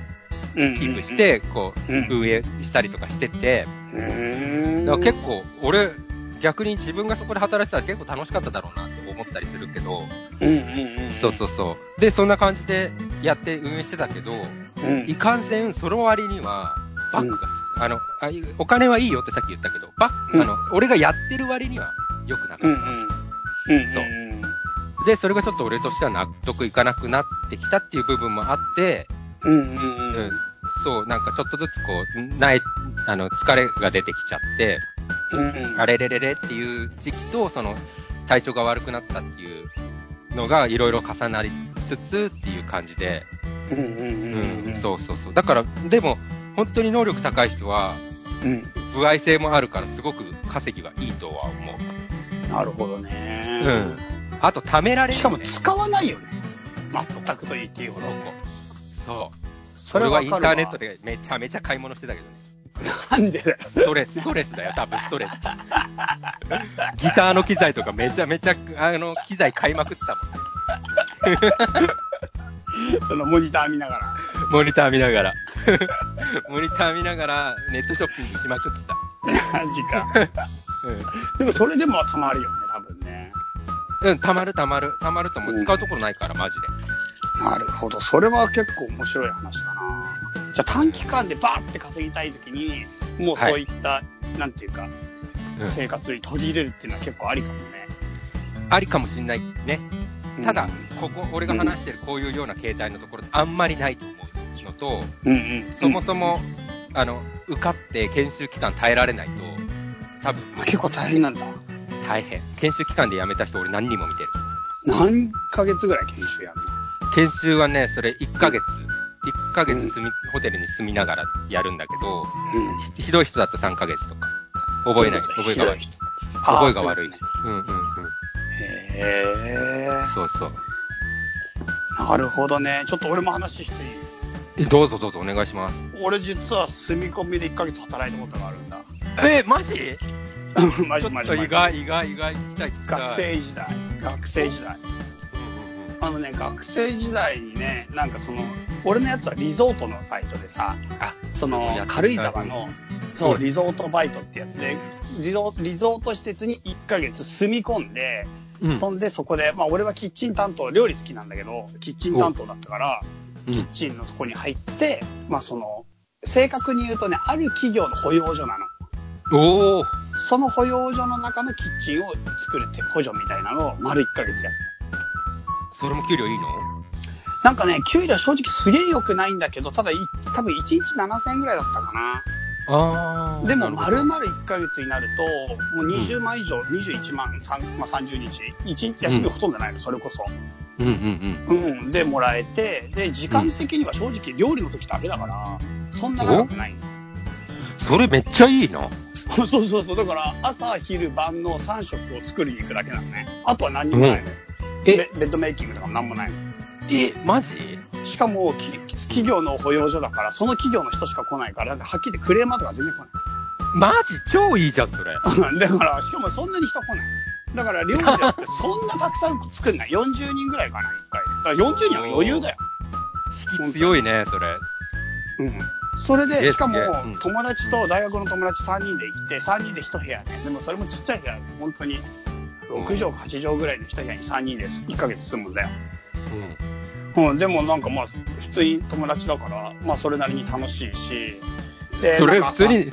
S1: うん。
S2: キープして、こう、
S1: うん
S2: 運営したりとかしてて、
S1: うん、うん。
S2: だから結構、俺、逆に自分がそこで働いてたら結構楽しかっただろうなって思ったりするけど、
S1: うんうんうん。
S2: そうそうそう。で、そんな感じでやって運営してたけど、
S1: うん。
S2: いかんせん、その割には、バッグがす、あのあ、いお金はいいよってさっき言ったけど、バッ
S1: う
S2: グ、
S1: ん
S2: あの、俺がやってる割には良くな
S1: う
S2: か
S1: んう
S2: っ
S1: ん。うん。
S2: そうんた。で、それがちょっと俺としては納得いかなくなってきたっていう部分もあって、
S1: うん
S2: う
S1: う
S2: ん
S1: んうん。
S2: そう、なんかちょっとずつこう、ない、あの、疲れが出てきちゃって、
S1: うん
S2: あれれれれっていう時期と、その、体調が悪くなったっていうのが、いろいろ重なりつつっていう感じで、
S1: うんうんうん
S2: う、
S1: うんん。
S2: そうそうそう。だから、でも、本当に能力高い人は、
S1: うん。
S2: 不愛性もあるから、すごく稼ぎはいいとは思う。
S1: なるほどね。
S2: うん。あと、貯められる、ね。
S1: しかも使わないよね。全くと言っていい
S2: そ
S1: ほ
S2: う
S1: ど。
S2: そう。
S1: そ
S2: そ
S1: れ
S2: れ
S1: わ
S2: は
S1: かる
S2: イン
S1: わ
S2: ターネットでめちゃめちゃ買い物してたけどね。
S1: なんでだよ。
S2: ストレス、ストレスだよ、多分ストレス。 (laughs) ギターの機材とかめちゃめちゃ、あの、機材買いまくってたもんね。
S1: (laughs) そのモニター見ながら。
S2: モニター見ながら。 (laughs) モニター見ながら、ネットショッピングしまくってた。
S1: (laughs) マジか。
S2: (laughs)
S1: でもそれでもたまるよね、多分ね。
S2: うん。うん、たまるたまる。たまるともう使うところないから、マジで。
S1: なるほど。それは結構面白い話だな。じゃあ短期間でバーって稼ぎたいときに、もうそういった、なんていうか、生活に取り入れるっていうのは結構ありかもね。
S2: ありかもしんないね。ただ、ここ、俺が話してるこういうような形態のところってあんまりないと思うのと、
S1: うん、うんうん。
S2: そもそも、あの、受かって研修期間耐えられないと、多分、
S1: あ結構大変なんだ。
S2: 大変。研修期間で辞めた人俺何人も見てる。
S1: 何ヶ月ぐらい研修やんの
S2: 研修はね、それ1ヶ月、1ヶ月住み、ホテルに住みながらやるんだけど、
S1: うん。
S2: ひひどい人だと3ヶ月とか。覚えない。覚えが悪い。。覚えが悪い。うんうんうん。
S1: へ
S2: そうそう。
S1: え。なるほどね。ちょっと俺も話していい
S2: えどうぞどうぞお願いします。
S1: 俺実は住み込みで1ヶ月働いたことがあるんだ。 (laughs)
S2: え、マジち
S1: マ
S2: ょ
S1: ジ
S2: っ
S1: マジ
S2: と
S1: マ
S2: 意
S1: ジ。
S2: 外、意外、意外、聞きたい、聞きたい。
S1: 学生時代。学生時代。
S2: うんうんうん。
S1: あのね、学生時代にね、なんかその、俺のやつはリゾートのバイトでさ、
S2: あ、
S1: その
S2: や、ってた
S1: 軽井沢の、そうう、
S2: ん
S1: リゾートバイトってやつで、リゾリゾート施設に1ヶ月住み込んで、
S2: うん
S1: そんでそこで、まあ俺はキッチン担当、料理好きなんだけど、キッチン担当だったから、
S2: うん
S1: キッチンのとこに入って、まあその、正確に言うとね、ある企業の保養所なの。
S2: おお。
S1: その保養所の中のキッチンを作るって補助みたいなのを丸1ヶ月やっ
S2: それも給料いいの
S1: た。なんかね、給料正直すげえ良くないんだけど、ただい、多分1日7000円ぐらいだったかな。
S2: あ
S1: でも、丸々1ヶ月になると、もう20万以上、21万、3まあ、30日、1日休みほとんどないの、それこそ。
S2: うんうんうん。
S1: うん、で、もらえて、で、時間的には正直、料理の時だけだから、そんな長くないの。
S2: それめっちゃいいな。
S1: そうそうそうそう、だから、朝、昼、晩の3食を作りに行くだけなのね。あとは何にもないの。
S2: え
S1: ベベッドメイキングとかも何もないの。
S2: え、マジ
S1: しかも、き企業の保養所だから、その企業の人しか来ないから、なんかはっきりクレーマーとか全然来ない。
S2: マジ超いいじゃん、それ。
S1: (laughs) だから、しかもそんなに人来ない。だから料理だってそんなたくさん作んない。40人ぐらいかな、1回で。だから40人は余裕だよ。
S2: 引き強いね、それ。
S1: うん。それ
S2: すげえ
S1: で、しかも
S2: すげえうん
S1: 友達と大学の友達3人で行って、3人で1部屋ね。でもそれもちっちゃい部屋で、本当に6畳か8畳ぐらいの1部屋に3人です。1ヶ月住むんだよ。
S2: うん。
S1: うん、でもなんかまあ、普通に友達だから、まあそれなりに楽しいし。で
S2: それ
S1: なんか
S2: 普
S1: 朝
S2: 通に、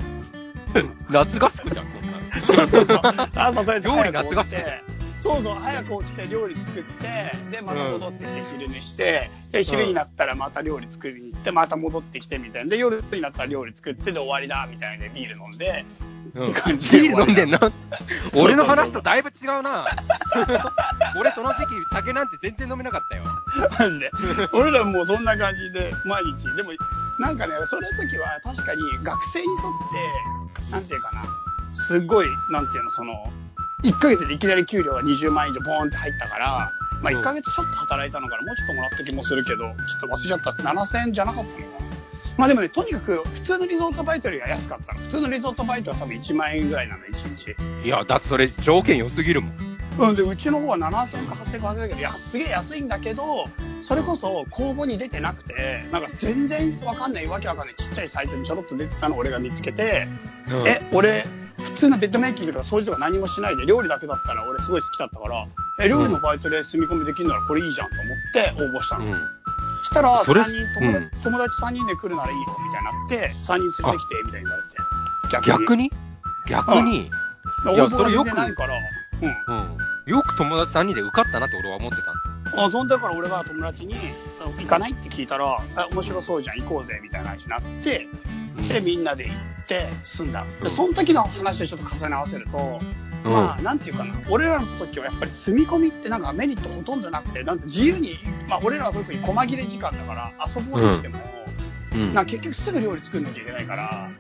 S2: (laughs) 夏合宿じゃん、そんなの。
S1: そうそうそう。朝とりあえず
S2: 料理
S1: 早
S2: 夏
S1: く
S2: 合宿
S1: 起き
S2: じゃん
S1: て、そうそう、早く起きて料理作って、で、また戻ってきて昼寝して、で、昼になったらまた料理作りに行って、また戻ってきてみたいな。で、夜になったら料理作ってで終わりだ、みたいなんでビール飲んで、
S2: うん
S1: って感じで
S2: ビール飲んでんな。
S1: う
S2: 俺の話とだいぶ違うな。 (laughs) 俺その時期酒なんて全然飲めなかったよ。
S1: マジで。俺らもうそんな感じで、毎日。でも、なんかね、その時は確かに学生にとって、なんていうかな、すごい、なんていうの、その、1ヶ月でいきなり給料が20万円以上ボーンって入ったから、まあ
S2: うん
S1: 1ヶ月ちょっと働いたのかな、もうちょっともらった気もするけど、ちょっと忘れちゃったって7000円じゃなかったのかな。まあでもね、とにかく普通のリゾートバイトよりは安かったの。普通のリゾートバイトは多分1万円ぐらいなの、1日。
S2: いや、だってそれ条件良すぎるもん。
S1: うん、でうちの方は7000か8000か忘れたけどいやすげえ安いんだけどそれこそ公募に出てなくてなんか全然わかんないわけわかんないちっちゃいサイトにちょろっと出てたのを俺が見つけて、
S2: うん
S1: え俺普通のベッドメイキングとか掃除とか何もしないで料理だけだったら俺すごい好きだったからえ料理のバイトで住み込みできるならこれいいじゃんと思って応募した
S2: う
S1: の、
S2: ん。
S1: したら
S2: それ
S1: 3人友達,、
S2: うん
S1: 友達3人で来るならいいよみたいになって3人連れてきてみたいに言われて逆に
S2: 逆に逆に、
S1: 応
S2: いや
S1: 募
S2: そ
S1: が
S2: れ
S1: 全
S2: よく
S1: 然ないからうん
S2: うん。よく友達3人で受かったなって俺は思ってた。
S1: あそんだから俺が友達にあの行かないって聞いたら、あ面白そうじゃん、行こうぜみたいな話になって、で、みんなで行って住んだ。
S2: うん
S1: で、その時の話をちょっと重ね合わせると、
S2: うん
S1: まあ、なんていうかな、俺らの時はやっぱり住み込みってなんかメリットほとんどなくて、なんか自由に、まあ、俺らは特に細切れ時間だから、遊ぼうにしても、
S2: うん
S1: なんか結局すぐ料理作んなきゃいけないから、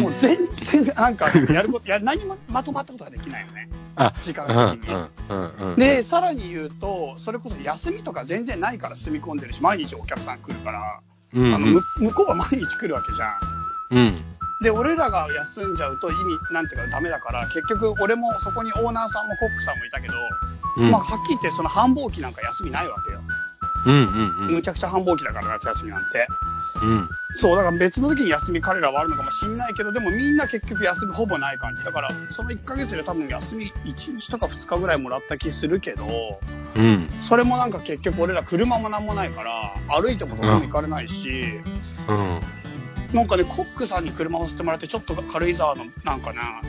S1: もう全然なんかやること、や何もまとまったことができないよね、
S2: あ
S1: 時間
S2: う
S1: が
S2: ん
S1: 的に。
S2: うんうんうん
S1: で、さらに言うと、それこそ休みとか全然ないから住み込んでるし、毎日お客さん来るから、
S2: う
S1: あのむ
S2: ん
S1: 向こうは毎日来るわけじゃん。
S2: うん
S1: で、俺らが休んじゃうと意味、なんていうかダメだから、結局俺もそこにオーナーさんもコックさんもいたけど、
S2: うん
S1: まあはっきり言ってその繁忙期なんか休みないわけよ。
S2: うんうんうん
S1: むちゃくちゃ繁忙期だから夏休みなんて。
S2: うん
S1: そう、だから別の時に休み彼らはあるのかもしんないけど、でもみんな結局休みほぼない感じ。だから、その1ヶ月で多分休み1日とか2日ぐらいもらった気するけど、
S2: うん
S1: それもなんか結局俺ら車もなんもないから歩いてもどこも行かれないし、
S2: うん
S1: なんかねコックさんに車を乗せてもらってちょっと軽井沢のなんかな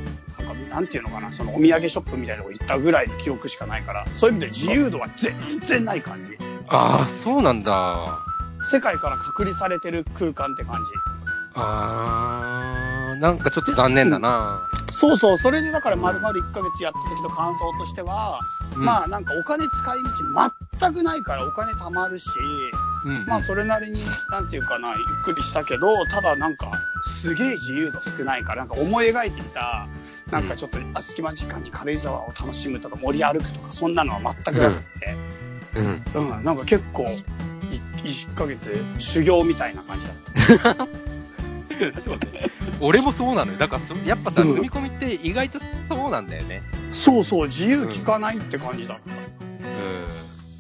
S1: なんかなんていうのかなそのお土産ショップみたいなとこ行ったぐらいの記憶しかないからそういう意味で自由度は全然ない感じ
S2: ああそうなんだ
S1: 世界から隔離されてる空間って感じ
S2: あーなんかちょっと残念だな
S1: そうそうそれでだから丸々1ヶ月やった時の感想としては、
S2: うん
S1: まあなんかお金使い道全くないからお金貯まるし
S2: うん
S1: まあそれなりに、なんていうかな、ゆっくりしたけど、ただなんか、すげえ自由度少ないから、なんか思い描いていた、なんかちょっと、あ隙間時間に軽井沢を楽しむとか、森歩くとか、そんなのは全くなくて、
S2: うん
S1: うん、なんか結構、い1ヶ月修行みたいな感じだった。
S2: 俺もそうなのよだからそやっぱさ
S1: うん
S2: 住み込みって意外とそうなんだよね
S1: そうそう、自由聞かないって感じだった。
S2: う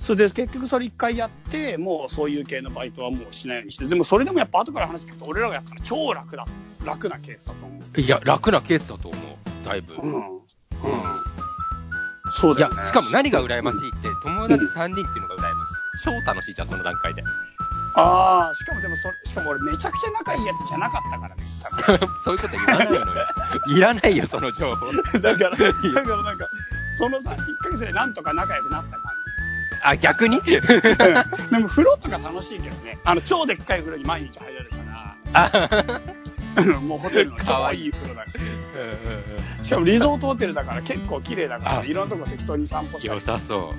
S1: それで結局それ一回やって、もうそういう系のバイトはもうしないようにして、でもそれでもやっぱ後から話聞くと、俺らがやったら超楽だ、楽なケースだと思う。
S2: んいや楽なケースだと思うだいぶ
S1: うん。うん
S2: ん。
S1: そう
S2: い
S1: だ
S2: や
S1: よ、ね。
S2: しかも何が羨ましいって、友達3人っていうのが羨ましい。超楽しいじゃん、その段階で。 (laughs)
S1: ああ、しかもでもそれ、しかも俺めちゃくちゃ仲いいやつじゃなかったから
S2: (laughs)
S1: ね。多分
S2: そういうこと言わないの
S1: (laughs)
S2: よ。いらないよ、その情報。
S1: だから、だからなんか、そのさ、1ヶ月でなんとか仲良くなった
S2: あ、逆
S1: (laughs)
S2: に
S1: 感
S2: (laughs)
S1: じ。うんでも風呂とか楽しいけどね。あの、超でっかい風呂に毎日入れるか
S2: あ (laughs)
S1: ら、もうホテルの
S2: か
S1: 超
S2: わい
S1: いい風呂だし。
S2: うんうんうん
S1: しかもリゾートホテルだから結構綺麗だから、
S2: あ
S1: いろんなとこ適当に散歩した
S2: 良
S1: り。
S2: さそ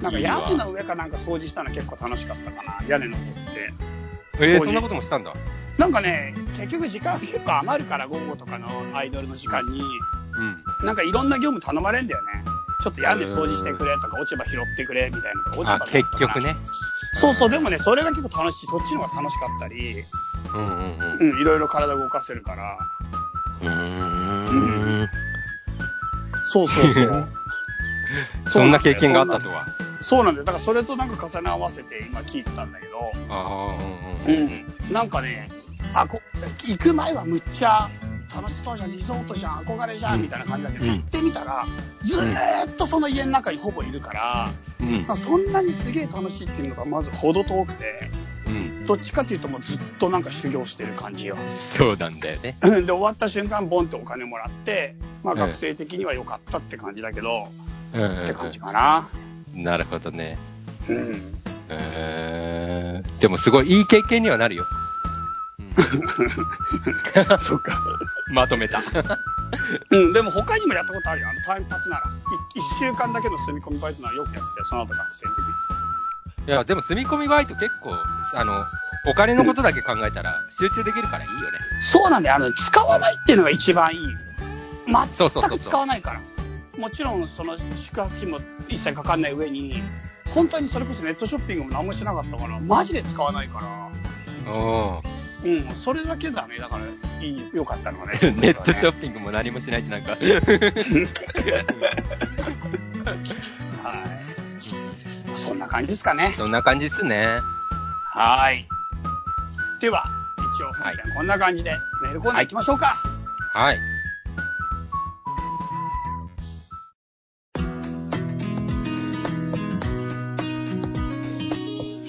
S1: なんか
S2: いいわ
S1: 屋根の上かなんか掃除したの結構楽しかったかな。屋根の上って。
S2: う。えー、
S1: 掃除
S2: そんなこともしたんだ。
S1: なんかね、結局時間結構余るから、午後とかのアイドルの時間に、
S2: うん。
S1: なんかいろんな業務頼まれんだよね。ちょっと屋根掃除してくれとか、落ち葉拾ってくれみたいなのとか
S2: あ
S1: 落、ち葉
S2: 結局ね。
S1: そうそう、でもね、それが結構楽しい。そっちの方が楽しかったり、
S2: うんうんうん。
S1: うん、いろいろ体動かせるから。
S2: うーん
S1: そうそう
S2: (laughs)
S1: そう。
S2: そんな経験があったとは。
S1: そうなんだよ。だからそれとなんか重ね合わせて今聞いてたんだけど、
S2: ああ、う
S1: う
S2: んんうんうん。
S1: なんかね、あこ行く前はむっちゃ楽しそうじゃん、リゾートじゃん、憧れじゃ
S2: うんん
S1: みたいな感じだけど、
S2: うん
S1: 行ってみたら、ずーっとその家の中にほぼいるから、
S2: うん
S1: まあ、そんなにすげえ楽しいっていうのがまずほど遠くて、
S2: うん。
S1: どっちかというともうずっとなんか修行してる感じよ。 (laughs)
S2: そうなんだよね。
S1: うんで、終わった瞬間、ボンってお金もらって、まあ、
S2: ええ
S1: 学生的には良かったって感じだけど、
S2: うんうん
S1: って感じかな。
S2: うん。なるほどね。
S1: うん。
S2: えー、でもすごいいい経験にはなるよ。 (laughs)
S1: そうか。
S2: まとめた。
S1: うん、でも他にもやったことあるよ。あの、単発なら。い一週間だけの住み込みバイトならよくやってて、その後学生の時に。
S2: いや、でも住み込みバイト結構、あの、お金のことだけ考えたら集中できるからいいよね。
S1: そうなんだよ。あの、使わないっていうのが一番いいよ。
S2: そうそうそう
S1: 全
S2: そ
S1: く
S2: う
S1: 使わないから。もちろん、その、宿泊費も一切かかんない上に、本当にそれこそネットショッピングも何もしなかったから、マジで使わないから。
S2: お
S1: うん、それだけだね。だから、いい、良かったのはね。
S2: (laughs) ネットショ
S1: ッ
S2: ッピングも何もしないってなんか、
S1: プ。はい。そんな感じですかね。
S2: そんな感じっすね。
S1: はい。では、一応、
S2: はい
S1: こんな感じでメールコーナー行きましょうか。
S2: はい。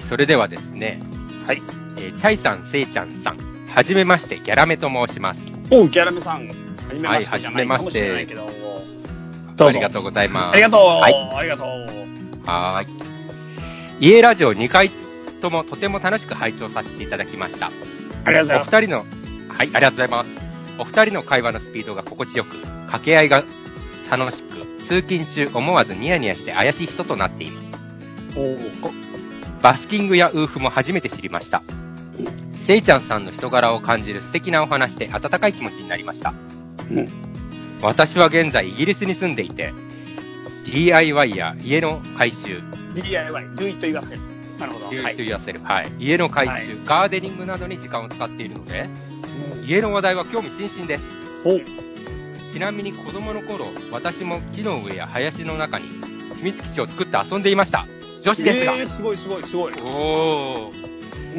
S2: それではですね、
S1: はい。
S2: えーチャイさん、せいちゃんさん、はじめまして、ギャラメと申します。
S1: おう、ギャラメさん、はじめまして
S2: はい
S1: じゃないかもしれない
S2: はじ
S1: け
S2: め
S1: ど。どうぞ
S2: ありがとうございます。
S1: ありがとう、
S2: はい。
S1: ありがとう。
S2: はーい。家ラジオ2回ともとても楽しく拝聴させていただきました。
S1: ありがとうございます。
S2: お二人の、はい、ありがとうございます。お二人の会話のスピードが心地よく、掛け合いが楽しく、通勤中思わずニヤニヤして怪しい人となっています。
S1: おう
S2: バスキングやウーフも初めて知りました。せいちゃんさんの人柄を感じる素敵なお話で温かい気持ちになりました。
S1: うん
S2: 私は現在イギリスに住んでいて、DIY や家の改修、
S1: DIY、do it yourself。なるほど。
S2: Do
S1: はい
S2: it。yourself はい、家の改修、
S1: はい
S2: ガーデニングなどに時間を使っているので、家の話題は興味津々です。
S1: おう
S2: ちなみに子供の頃、私も木の上や林の中に秘密基地を作って遊んでいました。女子ですが。
S1: えー、すごいすごいすごい。
S2: おお。
S1: うん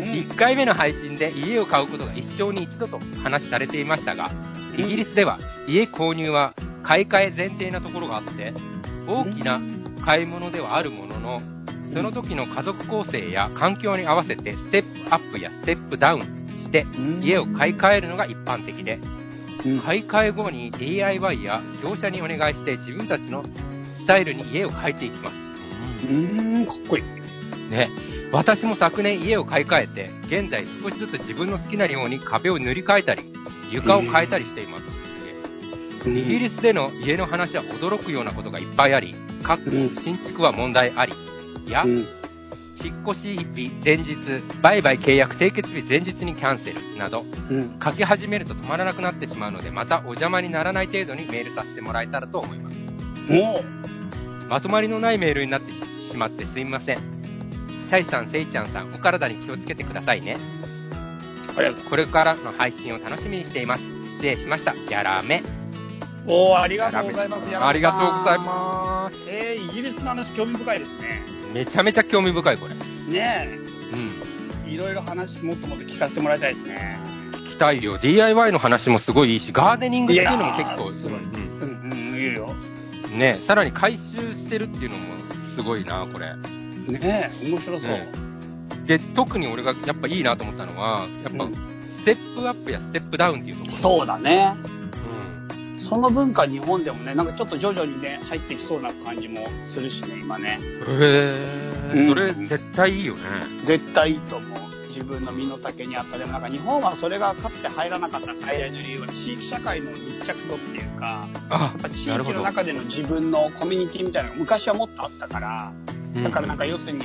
S2: 1回目の配信で家を買うことが一生に一度と話されていましたが、イギリスでは家購入は買い替え前提なところがあって、大きな買い物ではあるものの、その時の家族構成や環境に合わせてステップアップやステップダウンして
S1: うん
S2: 家を買い替えるのが一般的で、
S1: うん
S2: 買い替え後に DIY や業者にお願いして自分たちのスタイルに家を変えていきます。
S1: うーん、かっこいい。
S2: ね、私も昨年家を買い替えて、現在少しずつ自分の好きなように壁を塗り替えたり、床を変えたりしています。
S1: うん
S2: イギリスでの家の話は驚くようなことがいっぱいあり、かっこ
S1: うん
S2: 新築は問題あり、や、
S1: うん
S2: 引っ越し日前日、売買契約締結日前日にキャンセルなど、
S1: うん
S2: 書き始めると止まらなくなってしまうので、またお邪魔にならない程度にメールさせてもらえたらと思います。
S1: おう
S2: まとまりのないメールになってしまってすみません。チャイさん、セイちゃんさん、お体に気をつけてくださいね。
S1: ありがとう
S2: これからの配信を楽しみにしています。失礼しました。やらめ。
S1: おうありがとうございます。
S2: ありがとうござい
S1: す。
S2: ます。
S1: えー、イギリスの話興味深いですね。
S2: めちゃめちゃ興味深い、これ。
S1: ね
S2: うん。
S1: え、いろいろ話もっともっと聞かせてもらいたいですね。
S2: 聞きたいよ。DIY の話もすごいいいし、ガーデニングっていうのも結
S1: いやー
S2: 構、
S1: す
S2: う
S1: ごい
S2: ん
S1: うんうん、いいよ。
S2: ね、さらに回収してるっていうのもすごいな、これ。
S1: ねえ、面白そう。
S2: ねで、特に俺がやっぱいいなと思ったのは、やっぱ、
S1: うん
S2: ステップアップやステップダウンっていうところ。
S1: そうだね。
S2: うん
S1: その文化日本でもね、なんかちょっと徐々にね、入ってきそうな感じもするしね、今ね。
S2: へ
S1: うん
S2: え、それ絶対いいよね。
S1: 絶対いいと思う。自分の身の丈にあった。でもなんか日本はそれがかつて入らなかった最大の理由は地域社会の密着度っていうか、
S2: あ
S1: やっぱ地
S2: なる
S1: 域
S2: ほど。
S1: の中での自分のコミュニティみたいなのが昔はもっとあったから、だからなんか要するに、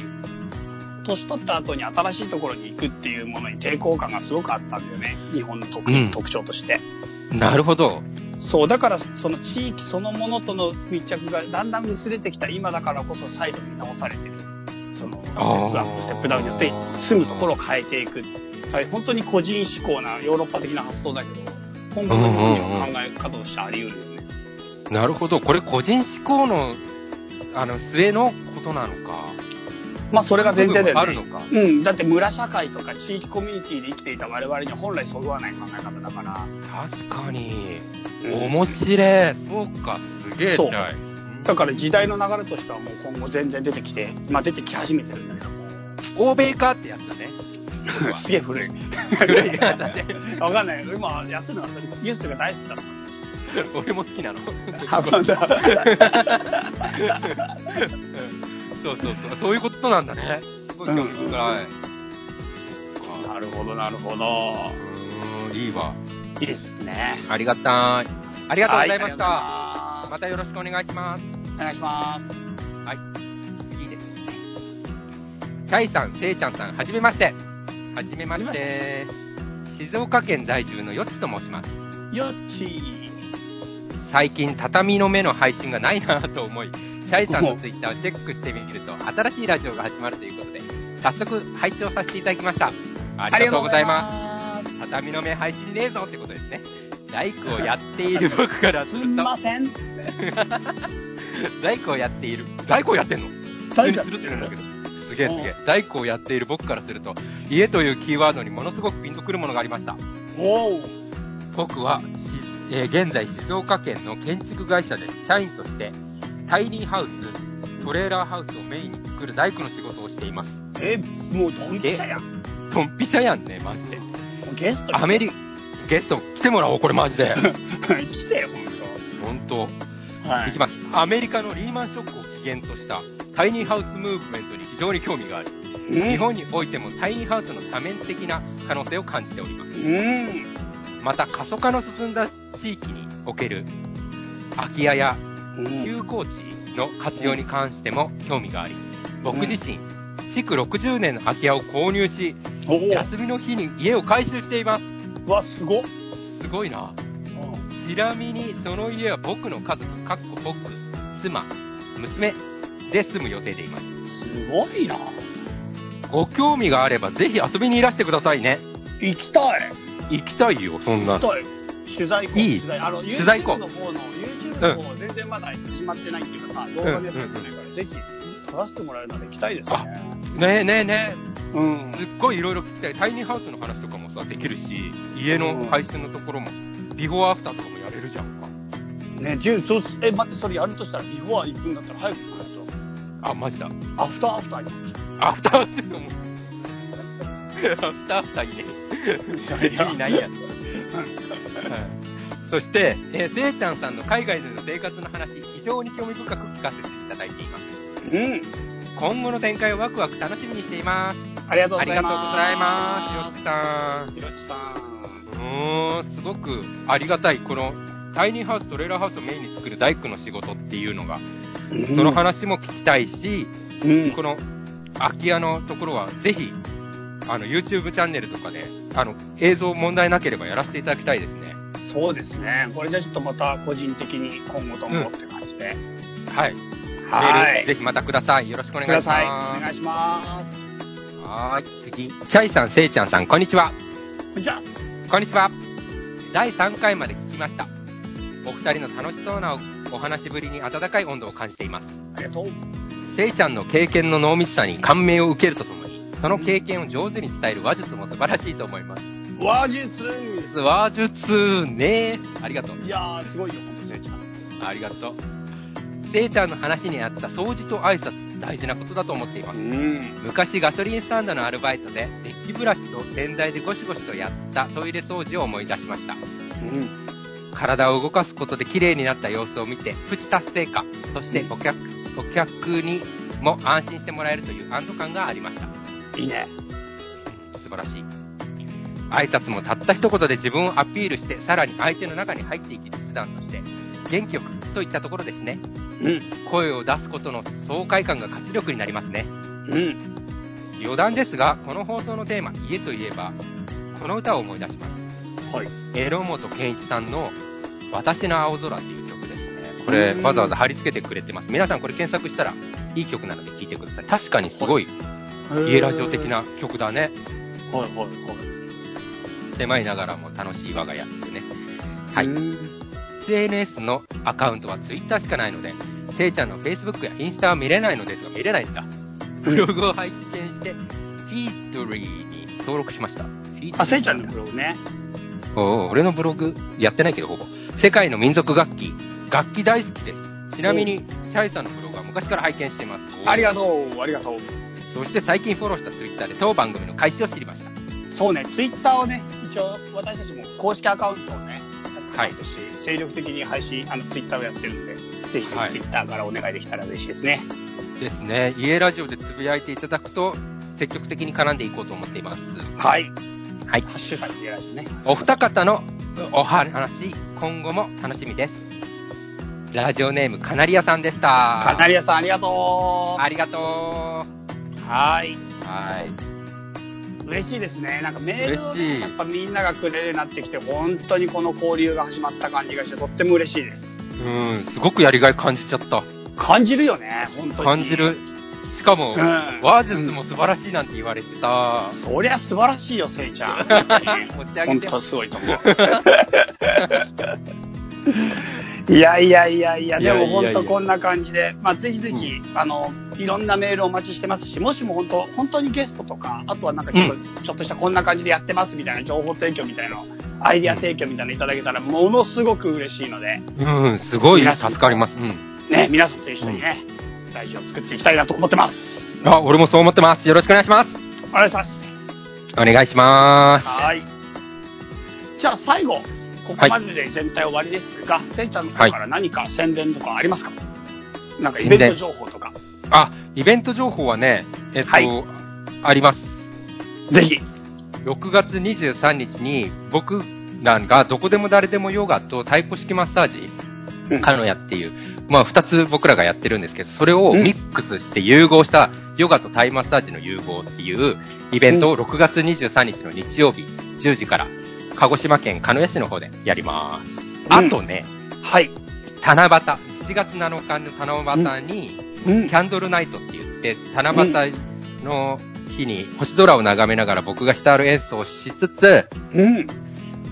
S1: 年取った後に新しいところに行くっていうものに抵抗感がすごくあったんだよね。日本の特,、
S2: うん
S1: 特徴として。
S2: うんなるほど。
S1: そう、だからその地域そのものとの密着がだんだん薄れてきた今だからこそ再度見直されてる。そのステップアップ、ステップダウンによって住むところを変えていく。はい本当に個人志向なヨーロッパ的な発想だけど、今後の日本には考え方としてあり得るよね。
S2: なるほど。これ個人志向の、あの、末のことなのか。
S1: まあそれが前提だよね。
S2: あるのか。
S1: うん、だって村社会とか地域コミュニティで生きていた我々には本来そぐわない考え方だから、
S2: 確かに。
S1: うん
S2: 面白い。そうか、すげえ
S1: そう
S2: じゃい。
S1: だから時代の流れとしてはもう今後全然出てきて、まあ出てき始めてるんだけども、
S2: 欧米化ってやつだね。
S1: すげえ古い。
S2: 古いなだね
S1: わかんない。今やってるのはそれ、ニュースが大好きだから。
S2: (laughs) 俺も好きな
S1: (laughs)
S2: の。
S1: あそうだ
S2: そうそうそう。そういうことなんだね。すごい興味深い。う
S1: なるほど、なるほど。
S2: ーん、いいわ。
S1: いいですね。
S2: ありがたい。ありがとうございました。
S1: はいあ
S2: またよろしくお願いします。
S1: りがとうございますお願いします。
S2: はい。次ですね。チャイさん、せいちゃんさん、はじめまして。はじめま
S1: は
S2: し。
S1: じめまして
S2: 静岡県在住のよっちと申します。
S1: よっちー。
S2: 最近、畳の目の配信がないなぁと思い、チャイさんのツイッターをチェックしてみると、新しいラジオが始まるということで、早速、拝聴させていただきました。ありがとうございます。
S1: す。
S2: 畳の目配信ねえぞってことですね。大工をやって
S1: (laughs)
S2: いる僕からす
S1: す
S2: る
S1: ん
S2: と、
S1: ません。
S2: 大工をやっている。大工をやってんの
S1: 大
S2: 普通にする
S1: 工
S2: って言うんだけど。すげえすげえ。大工をやっている僕からすると、家というキーワードにものすごくピンとくるものがありました。
S1: おう。
S2: 僕はし、えー現在静岡県の建築会社で社員として、タイニーハウス、トレーラーハウスをメインに作る大工の仕事をしています。
S1: え、もうドンピシャやん。
S2: ドンピシャやんね、マ
S1: (laughs)
S2: ジで。
S1: ゲストに
S2: アメリゲスト来てもらおう、これマジ
S1: (laughs)
S2: で。
S1: 来てよ、ほん
S2: ほんと。
S1: と。はい
S2: きます。アメリカのリーマンショックを起源としたタイニーハウスムーブメントに非常に興味があり、
S1: うん
S2: 日本においてもタイニーハウスの多面的な可能性を感じております。
S1: うん。
S2: また、過疎化の進んだ地域における空き家や
S1: うん
S2: 休耕地の活用に関しても興味があり、僕自身、築60年の空き家を購入し、
S1: おお。
S2: 休みの日に家を改修しています。
S1: うわ、すごっ。
S2: すごいな。ちなみに、その家は僕の家族、かっこ僕、妻、娘で住む予定でいます。
S1: すごいな。
S2: ご興味があれば、ぜひ遊びにいらしてくださいね。
S1: 行きたい。
S2: 行きたいよ、そんな
S1: 行き
S2: の。
S1: たい。取材行こう
S2: いい
S1: 取材。あの、
S2: 取材
S1: YouTube
S2: 行こう
S1: の方の、YouTube の方は全然まだ始まってないっていうかさ、動画でやってないから、ぜひ、撮らせてもらえるなら行きたいですね。
S2: ねえねえね
S1: うん
S2: え、すっごいいろいろ聞きたい。タイニーハウスの話とかもさ、できるし、家の配信のところも、ビフォーアフターとかもやれるじゃんか。
S1: ね、ジュンそうすえ、待って、それやるとしたら、ビフォー行くんだったら早く行かない
S2: あ、マジだ。
S1: と。アフターアフターに行っちゃ
S2: アフターアフターも。アフターアフターいいね。
S1: う。
S2: 意味ないやつ。そして、えーせいちゃんさんの海外での生活の話、非常に興味深く聞かせていただいています。
S1: うん。
S2: 今後の展開をワクワク楽しみにしています。
S1: ありがとう
S2: あ
S1: ご
S2: り
S1: ざ
S2: がとう
S1: います。
S2: ございます。よっちさん。
S1: ひろちさん。
S2: うーん、すごくありがたい。この、タイニーハウス、トレーラーハウスをメインに作る大工の仕事っていうのが、その話も聞きたいし、
S1: うん
S2: この空き家のところは、ぜひ、あの、YouTube チャンネルとかで、あの、映像問題なければやらせていただきたいですね。
S1: そうですね。これじゃちょっとまた個人的に今後ともって感じで。
S2: はい。
S1: は
S2: メール、ぜ
S1: い。
S2: ひまたください。よろしくお願い
S1: く
S2: しま
S1: だ
S2: す。
S1: さい。お願いします。
S2: はーい、次。チャイさん、せいちゃんさん、こんにちは。
S1: こんにちは。
S2: こんにちは。第3回まで聞きました。お二人の楽しそうなおお話ぶりに温かい温度を感じています。
S1: ありがとう。
S2: せいちゃんの経験の濃密さに感銘を受けるとともに、その経験を上手に伝える話術も素晴らしいと思います。
S1: 話術
S2: 話術ねありがとう。
S1: いやー、すごいよ、ほんと、せいちゃん。
S2: ありがとう。せいちゃんの話にあった掃除と挨拶、大事なことだと思っています。
S1: うん。
S2: 昔ガソリンスタンドのアルバイトで、デッキブラシと洗剤でゴシゴシとやったトイレ掃除を思い出しました。
S1: うん。
S2: 体を動かすことで綺麗になった様子を見て、プチ達成感、そしてお客、お客にも安心してもらえるという安堵感がありました。
S1: いいね。
S2: 素晴らしい。挨拶もたった一言で自分をアピールして、さらに相手の中に入っていきる手段として、元気よくといったところですね。
S1: うん。
S2: 声を出すことの爽快感が活力になりますね。
S1: うん。
S2: 余談ですが、この放送のテーマ、家といえば、この歌を思い出します。
S1: はい。
S2: エロ本健一さんの、私の青空という曲ですね。これ、
S1: うん
S2: わざわざ貼り付けてくれてます。皆さんこれ検索したら、いい曲なので聴いてください。確かにすごい、家ラジオ的な曲だね。
S1: はいはいはい。
S2: 狭いながらも楽しい輪がやってね。はい。
S1: うん
S2: SNS のアカウントは Twitter しかないので、せいちゃんの Facebook やインスタは見れないのですが、見れないんだ。ブログを拝見して、フィートリーに登録しました。フィートリー
S1: あ、せいちゃんのブログね。
S2: おう俺のブログやってないけど、ほぼ。世界の民族楽器。楽器大好きです。ちなみに、チャイさんのブログは昔から拝見しています。
S1: ありがとう、ありがとう。
S2: そして最近フォローしたツイッターで当番組の開始を知りました。
S1: そうね、ツイッターをね、一応私たちも公式アカウントをね、やってますし、精力的に配信、あのツイッターをやってるんで、ぜひ
S2: はい
S1: ツイッターからお願いできたら嬉しいですね。
S2: ですね。家ラジオでつぶやいていただくと、積極的に絡んでいこうと思っています。
S1: はい。
S2: はい
S1: ハッシュタグでやらないとね。
S2: お二方のお話、今後も楽しみです。ラジオネーム、カナリアさんでした。
S1: カナリアさんありがと
S2: ありがと
S1: う。はい。
S2: う。はい。
S1: 嬉しいですね。なんかメールをね、
S2: 嬉しい
S1: やっぱみんながくれるようになってきて、本当にこの交流が始まった感じがして、とっても嬉しいです。
S2: うん、すごくやりがい感じちゃった。
S1: 感じるよね、本当に。
S2: 感じる。しかも、
S1: うん
S2: 話術も素晴らしいなんて言われてさ、
S1: そりゃ素晴らしいよ、せいちゃん。本当に
S2: (laughs) 持ち上げ
S1: 本
S2: て。
S1: 当すご
S2: (laughs)
S1: いと思う。いやいやいやいや、
S2: いやい
S1: で
S2: やい
S1: も
S2: や
S1: 本当こんな感じで、まあ、ぜひぜひ、あの、いろんなメールお待ちしてますし、もしも本当、本当にゲストとか、あとはなんかちょっと,、
S2: う
S1: ちょっとしたこんな感じでやってますみたいな情報提供みたいな、アイディア提供みたいなのいただけたら、ものすごく嬉しいので、
S2: うん、すごい助かります。うん。
S1: ね、皆さんと一緒にね、大事を作っていきたいなと思ってます。
S2: あ、俺もそう思ってます。よろしくお願いします。
S1: お願いします。
S2: お願いします。
S1: はい。じゃあ最後、ここまでで全体終わりですが、せいちゃんの方から何か宣伝とかありますか、なんかイベント情報とか、
S2: あ、イベント情報はね、えっと、
S1: はい
S2: あります。
S1: ぜひ。
S2: 6月23日に僕らがどこでも誰でもヨガと太鼓式マッサージ、
S1: うん
S2: カノヤっていう、まあ2つ僕らがやってるんですけど、それを
S1: うん
S2: ミックスして融合したヨガとタイマッサージの融合っていうイベントを6月23日の日曜日10時から鹿児島県鹿屋市の方でやります。
S1: うん
S2: あとね、
S1: はい。
S2: 七夕、7月7日の七夕に、
S1: うん
S2: キ。ャンドルナイトって言って、七夕の日に星空を眺めながら僕がシタール演奏をしつつ、
S1: うん。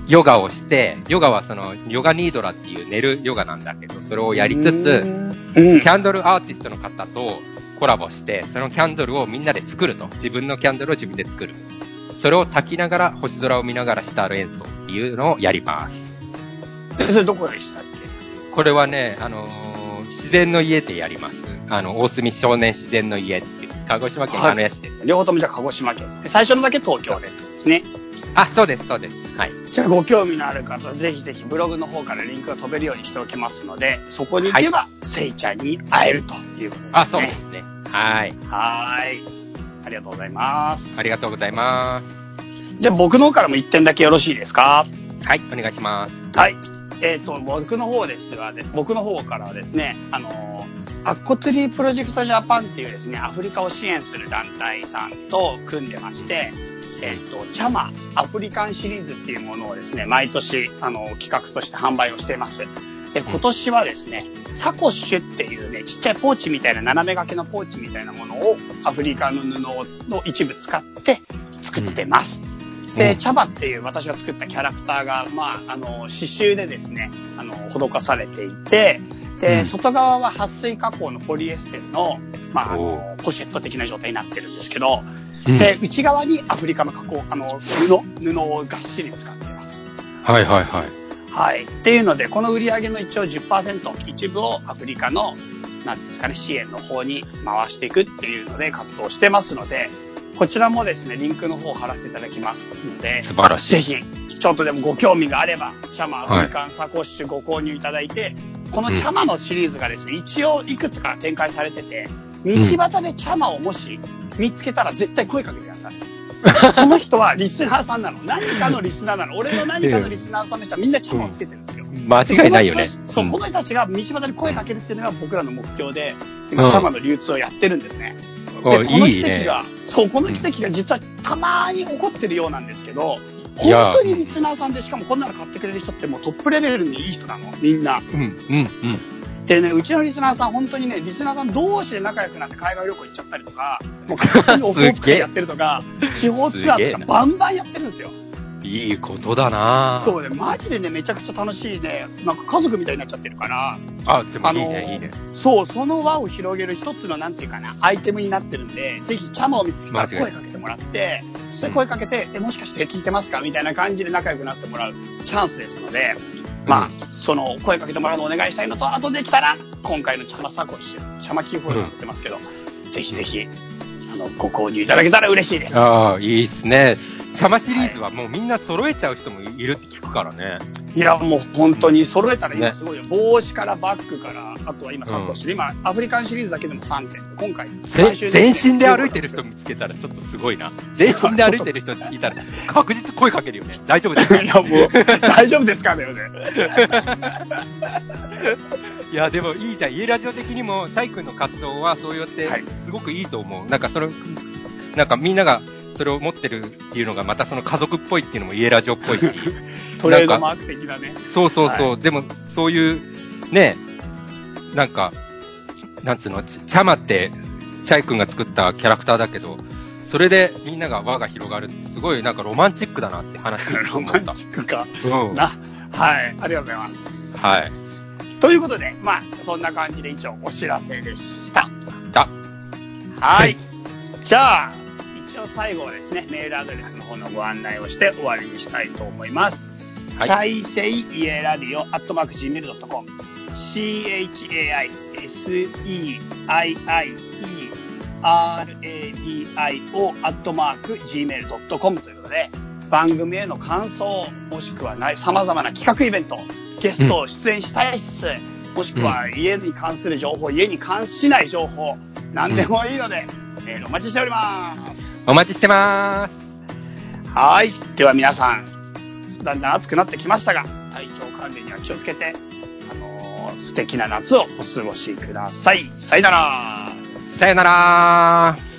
S2: ヨガをして、ヨガはその、ヨガニードラっていう寝るヨガなんだけど、それをやりつつ、
S1: うん。
S2: キャンドルアーティストの方とコラボして、そのキャンドルをみんなで作ると。自分のキャンドルを自分で作る。それを焚きながら、星空を見ながらシタール演奏っていうのをやります。
S1: でそれどこでしたっ
S2: これはね、あのー自然の家でやります。あの、大隅少年自然の家っていう、鹿児島県鹿屋市で。
S1: け両方ともじゃあ鹿児島県で最初のだけ東京でですね。
S2: あ、そうです、そうです。はい。
S1: じゃあご興味のある方、ぜひぜひブログの方からリンクが飛べるようにしておきますので、そこに行けば、せいちゃんに会えるということですね。
S2: あ、そうですね。はい。
S1: はーい。ありがとうございます。
S2: ありがとうございます。
S1: じゃあ僕の方からも1点だけよろしいですか
S2: はい、お願いします。
S1: はい。えっ、と、僕の方ですが、で僕の方からはですね、あのーアッコトゥリープロジェクトジャパンっていうですね、アフリカを支援する団体さんと組んでまして、えっ、と、チャマアフリカンシリーズっていうものをですね、毎年、あの企画として販売をしています。で、今年はですね、サコッシュっていうね、ちっちゃいポーチみたいな、斜め掛けのポーチみたいなものを、アフリカの布の一部使って作ってます。
S2: う
S1: で、
S2: ん
S1: チャバっていう私が作ったキャラクターが、まあ、あの、刺繍でですね、あの、施されていて、で、
S2: うん
S1: 外側は撥水加工のポリエステルの、まあ、あ
S2: お
S1: の、ポシェット的な状態になってるんですけど、
S2: うん
S1: で、内側にアフリカの加工、あの、布、布をがっしり使ってます。
S2: はいはいはい。
S1: はい。っていうので、この売り上げの一応10%、一部をアフリカの、なんていうんですかね、支援の方に回していくっていうので活動してますので、こちらもですね、リンクの方を貼らせていただきますので、
S2: 素晴らしい。
S1: ぜひ、ちょっとでもご興味があれば、チャマアフリカンサコッシュご購入いただいて、このチャマのシリーズがですね、一応いくつか展開されてて、道端でチャマをもし見つけたら絶対声かけてくだ
S2: (laughs)
S1: さい。その人はリスナーさんなの。何かのリスナーなの。俺の何かのリスナーさんの人はみんなチャマをつけてるんですよ。
S2: 間違いないよね。
S1: そう、
S2: ん
S1: この人たちが道端に声かけるっていうのが僕らの目標で、
S2: う
S1: 今、
S2: ん
S1: チャマの流通をやってるんですね。
S2: お
S1: で、この
S2: い
S1: 奇
S2: い
S1: 跡
S2: ね。
S1: が、そう、この奇跡が実はたまに起こってるようなんですけど、
S2: いや
S1: 本当にリスナーさんで、しかもこんなの買ってくれる人ってもうトップレベルにいい人なの、みんな。
S2: うん、うん、うん。
S1: でね、うちのリスナーさん、本当にね、リスナーさん同士で仲良くなって海外旅行行っちゃったり
S2: (laughs)
S1: とか、もう勝手にオフオフ会やってるとか、地方ツアーとかバンバンやってるんですよ。
S2: いいことだな
S1: そうね、マジでね、めちゃくちゃ楽しいね、なんか家族みたいになっちゃってるから、
S2: あ、でもいい
S1: あの
S2: ね、いいね。
S1: そう、その輪を広げる一つの、なんていうかな、アイテムになってるんで、ぜひ、チャマを見つけたら
S2: 間違いな
S1: 声
S2: い
S1: かけてもらって、それ声かけて、え、もしかして聞いてますかみたいな感じで仲良くなってもらうチャンスですので、まあ、その、声かけてもらうのをお願いしたいのと、あとできたら、今回のチャマサコシ、チャマキーホルダー売ってますけど、ぜひぜひ、あの、ご購入いただけたら嬉しいです。
S2: ああ、いいっすね。チャマシリーズはもうみんな揃えちゃう人もいるって聞くからね。
S1: いや、もう本当に揃えたら今
S2: ね
S1: すごいよ。帽子からバッグから、あとは今3個種類、今、アフリカンシリーズだけでも3点。今回、
S2: ぜ
S1: 最終
S2: 全
S1: 的に
S2: 身で歩いてる人見つけたらちょっとすごい
S1: (laughs)
S2: な。全身で歩いてる人いたら (laughs) 確実声かけるよね。大丈夫ですか
S1: (laughs) いや、もう、大丈夫ですかね、
S2: (laughs) いや、でもいいじゃん。家ラジオ的にも、チャイ君の活動はそうやって
S1: はい、
S2: すごくいいと思う。なんかそれ、なんかみんながそれを持ってるっていうのが、またその家族っぽいっていうのも家ラジオっぽい
S1: (laughs)
S2: し。
S1: トレードマーク的なね。
S2: そうそうそう。でも、そういう、ね、なんか、なんつうの、チチャマって、チャイ君が作ったキャラクターだけど、それでみんなが輪が広がるって、すごいなんかロマンチックだなって話聞いて
S1: (laughs) ロ
S2: 思っ
S1: マン
S2: た。
S1: チックか。
S2: うん。は
S1: な。はい。ありがとうございます。
S2: い。
S1: ということで、まあ、そんな感じで一応お知らせでした。
S2: だ、
S1: は
S2: はいい。
S1: じゃあ、一応最後はですね、メールアドレスの方のご案内をして終わりにしたいと思います。
S2: はい
S1: チャイセイイエラディオアットマーク Gmail.com CHAISEIIERADIO アットマーク Gmail.com ということで番組への感想もしくはない様々な企画イベントゲストを出演したいっす、もしくは家に関する情報家に関しない情報何でもいいので、メールお待ちしております
S2: お待ちしてまーす。
S1: はいでは皆さんだんだん暑くなってきましたが体調管理には気をつけて、あのー素敵な夏をお過ごしくださいさよなら
S2: さよならー。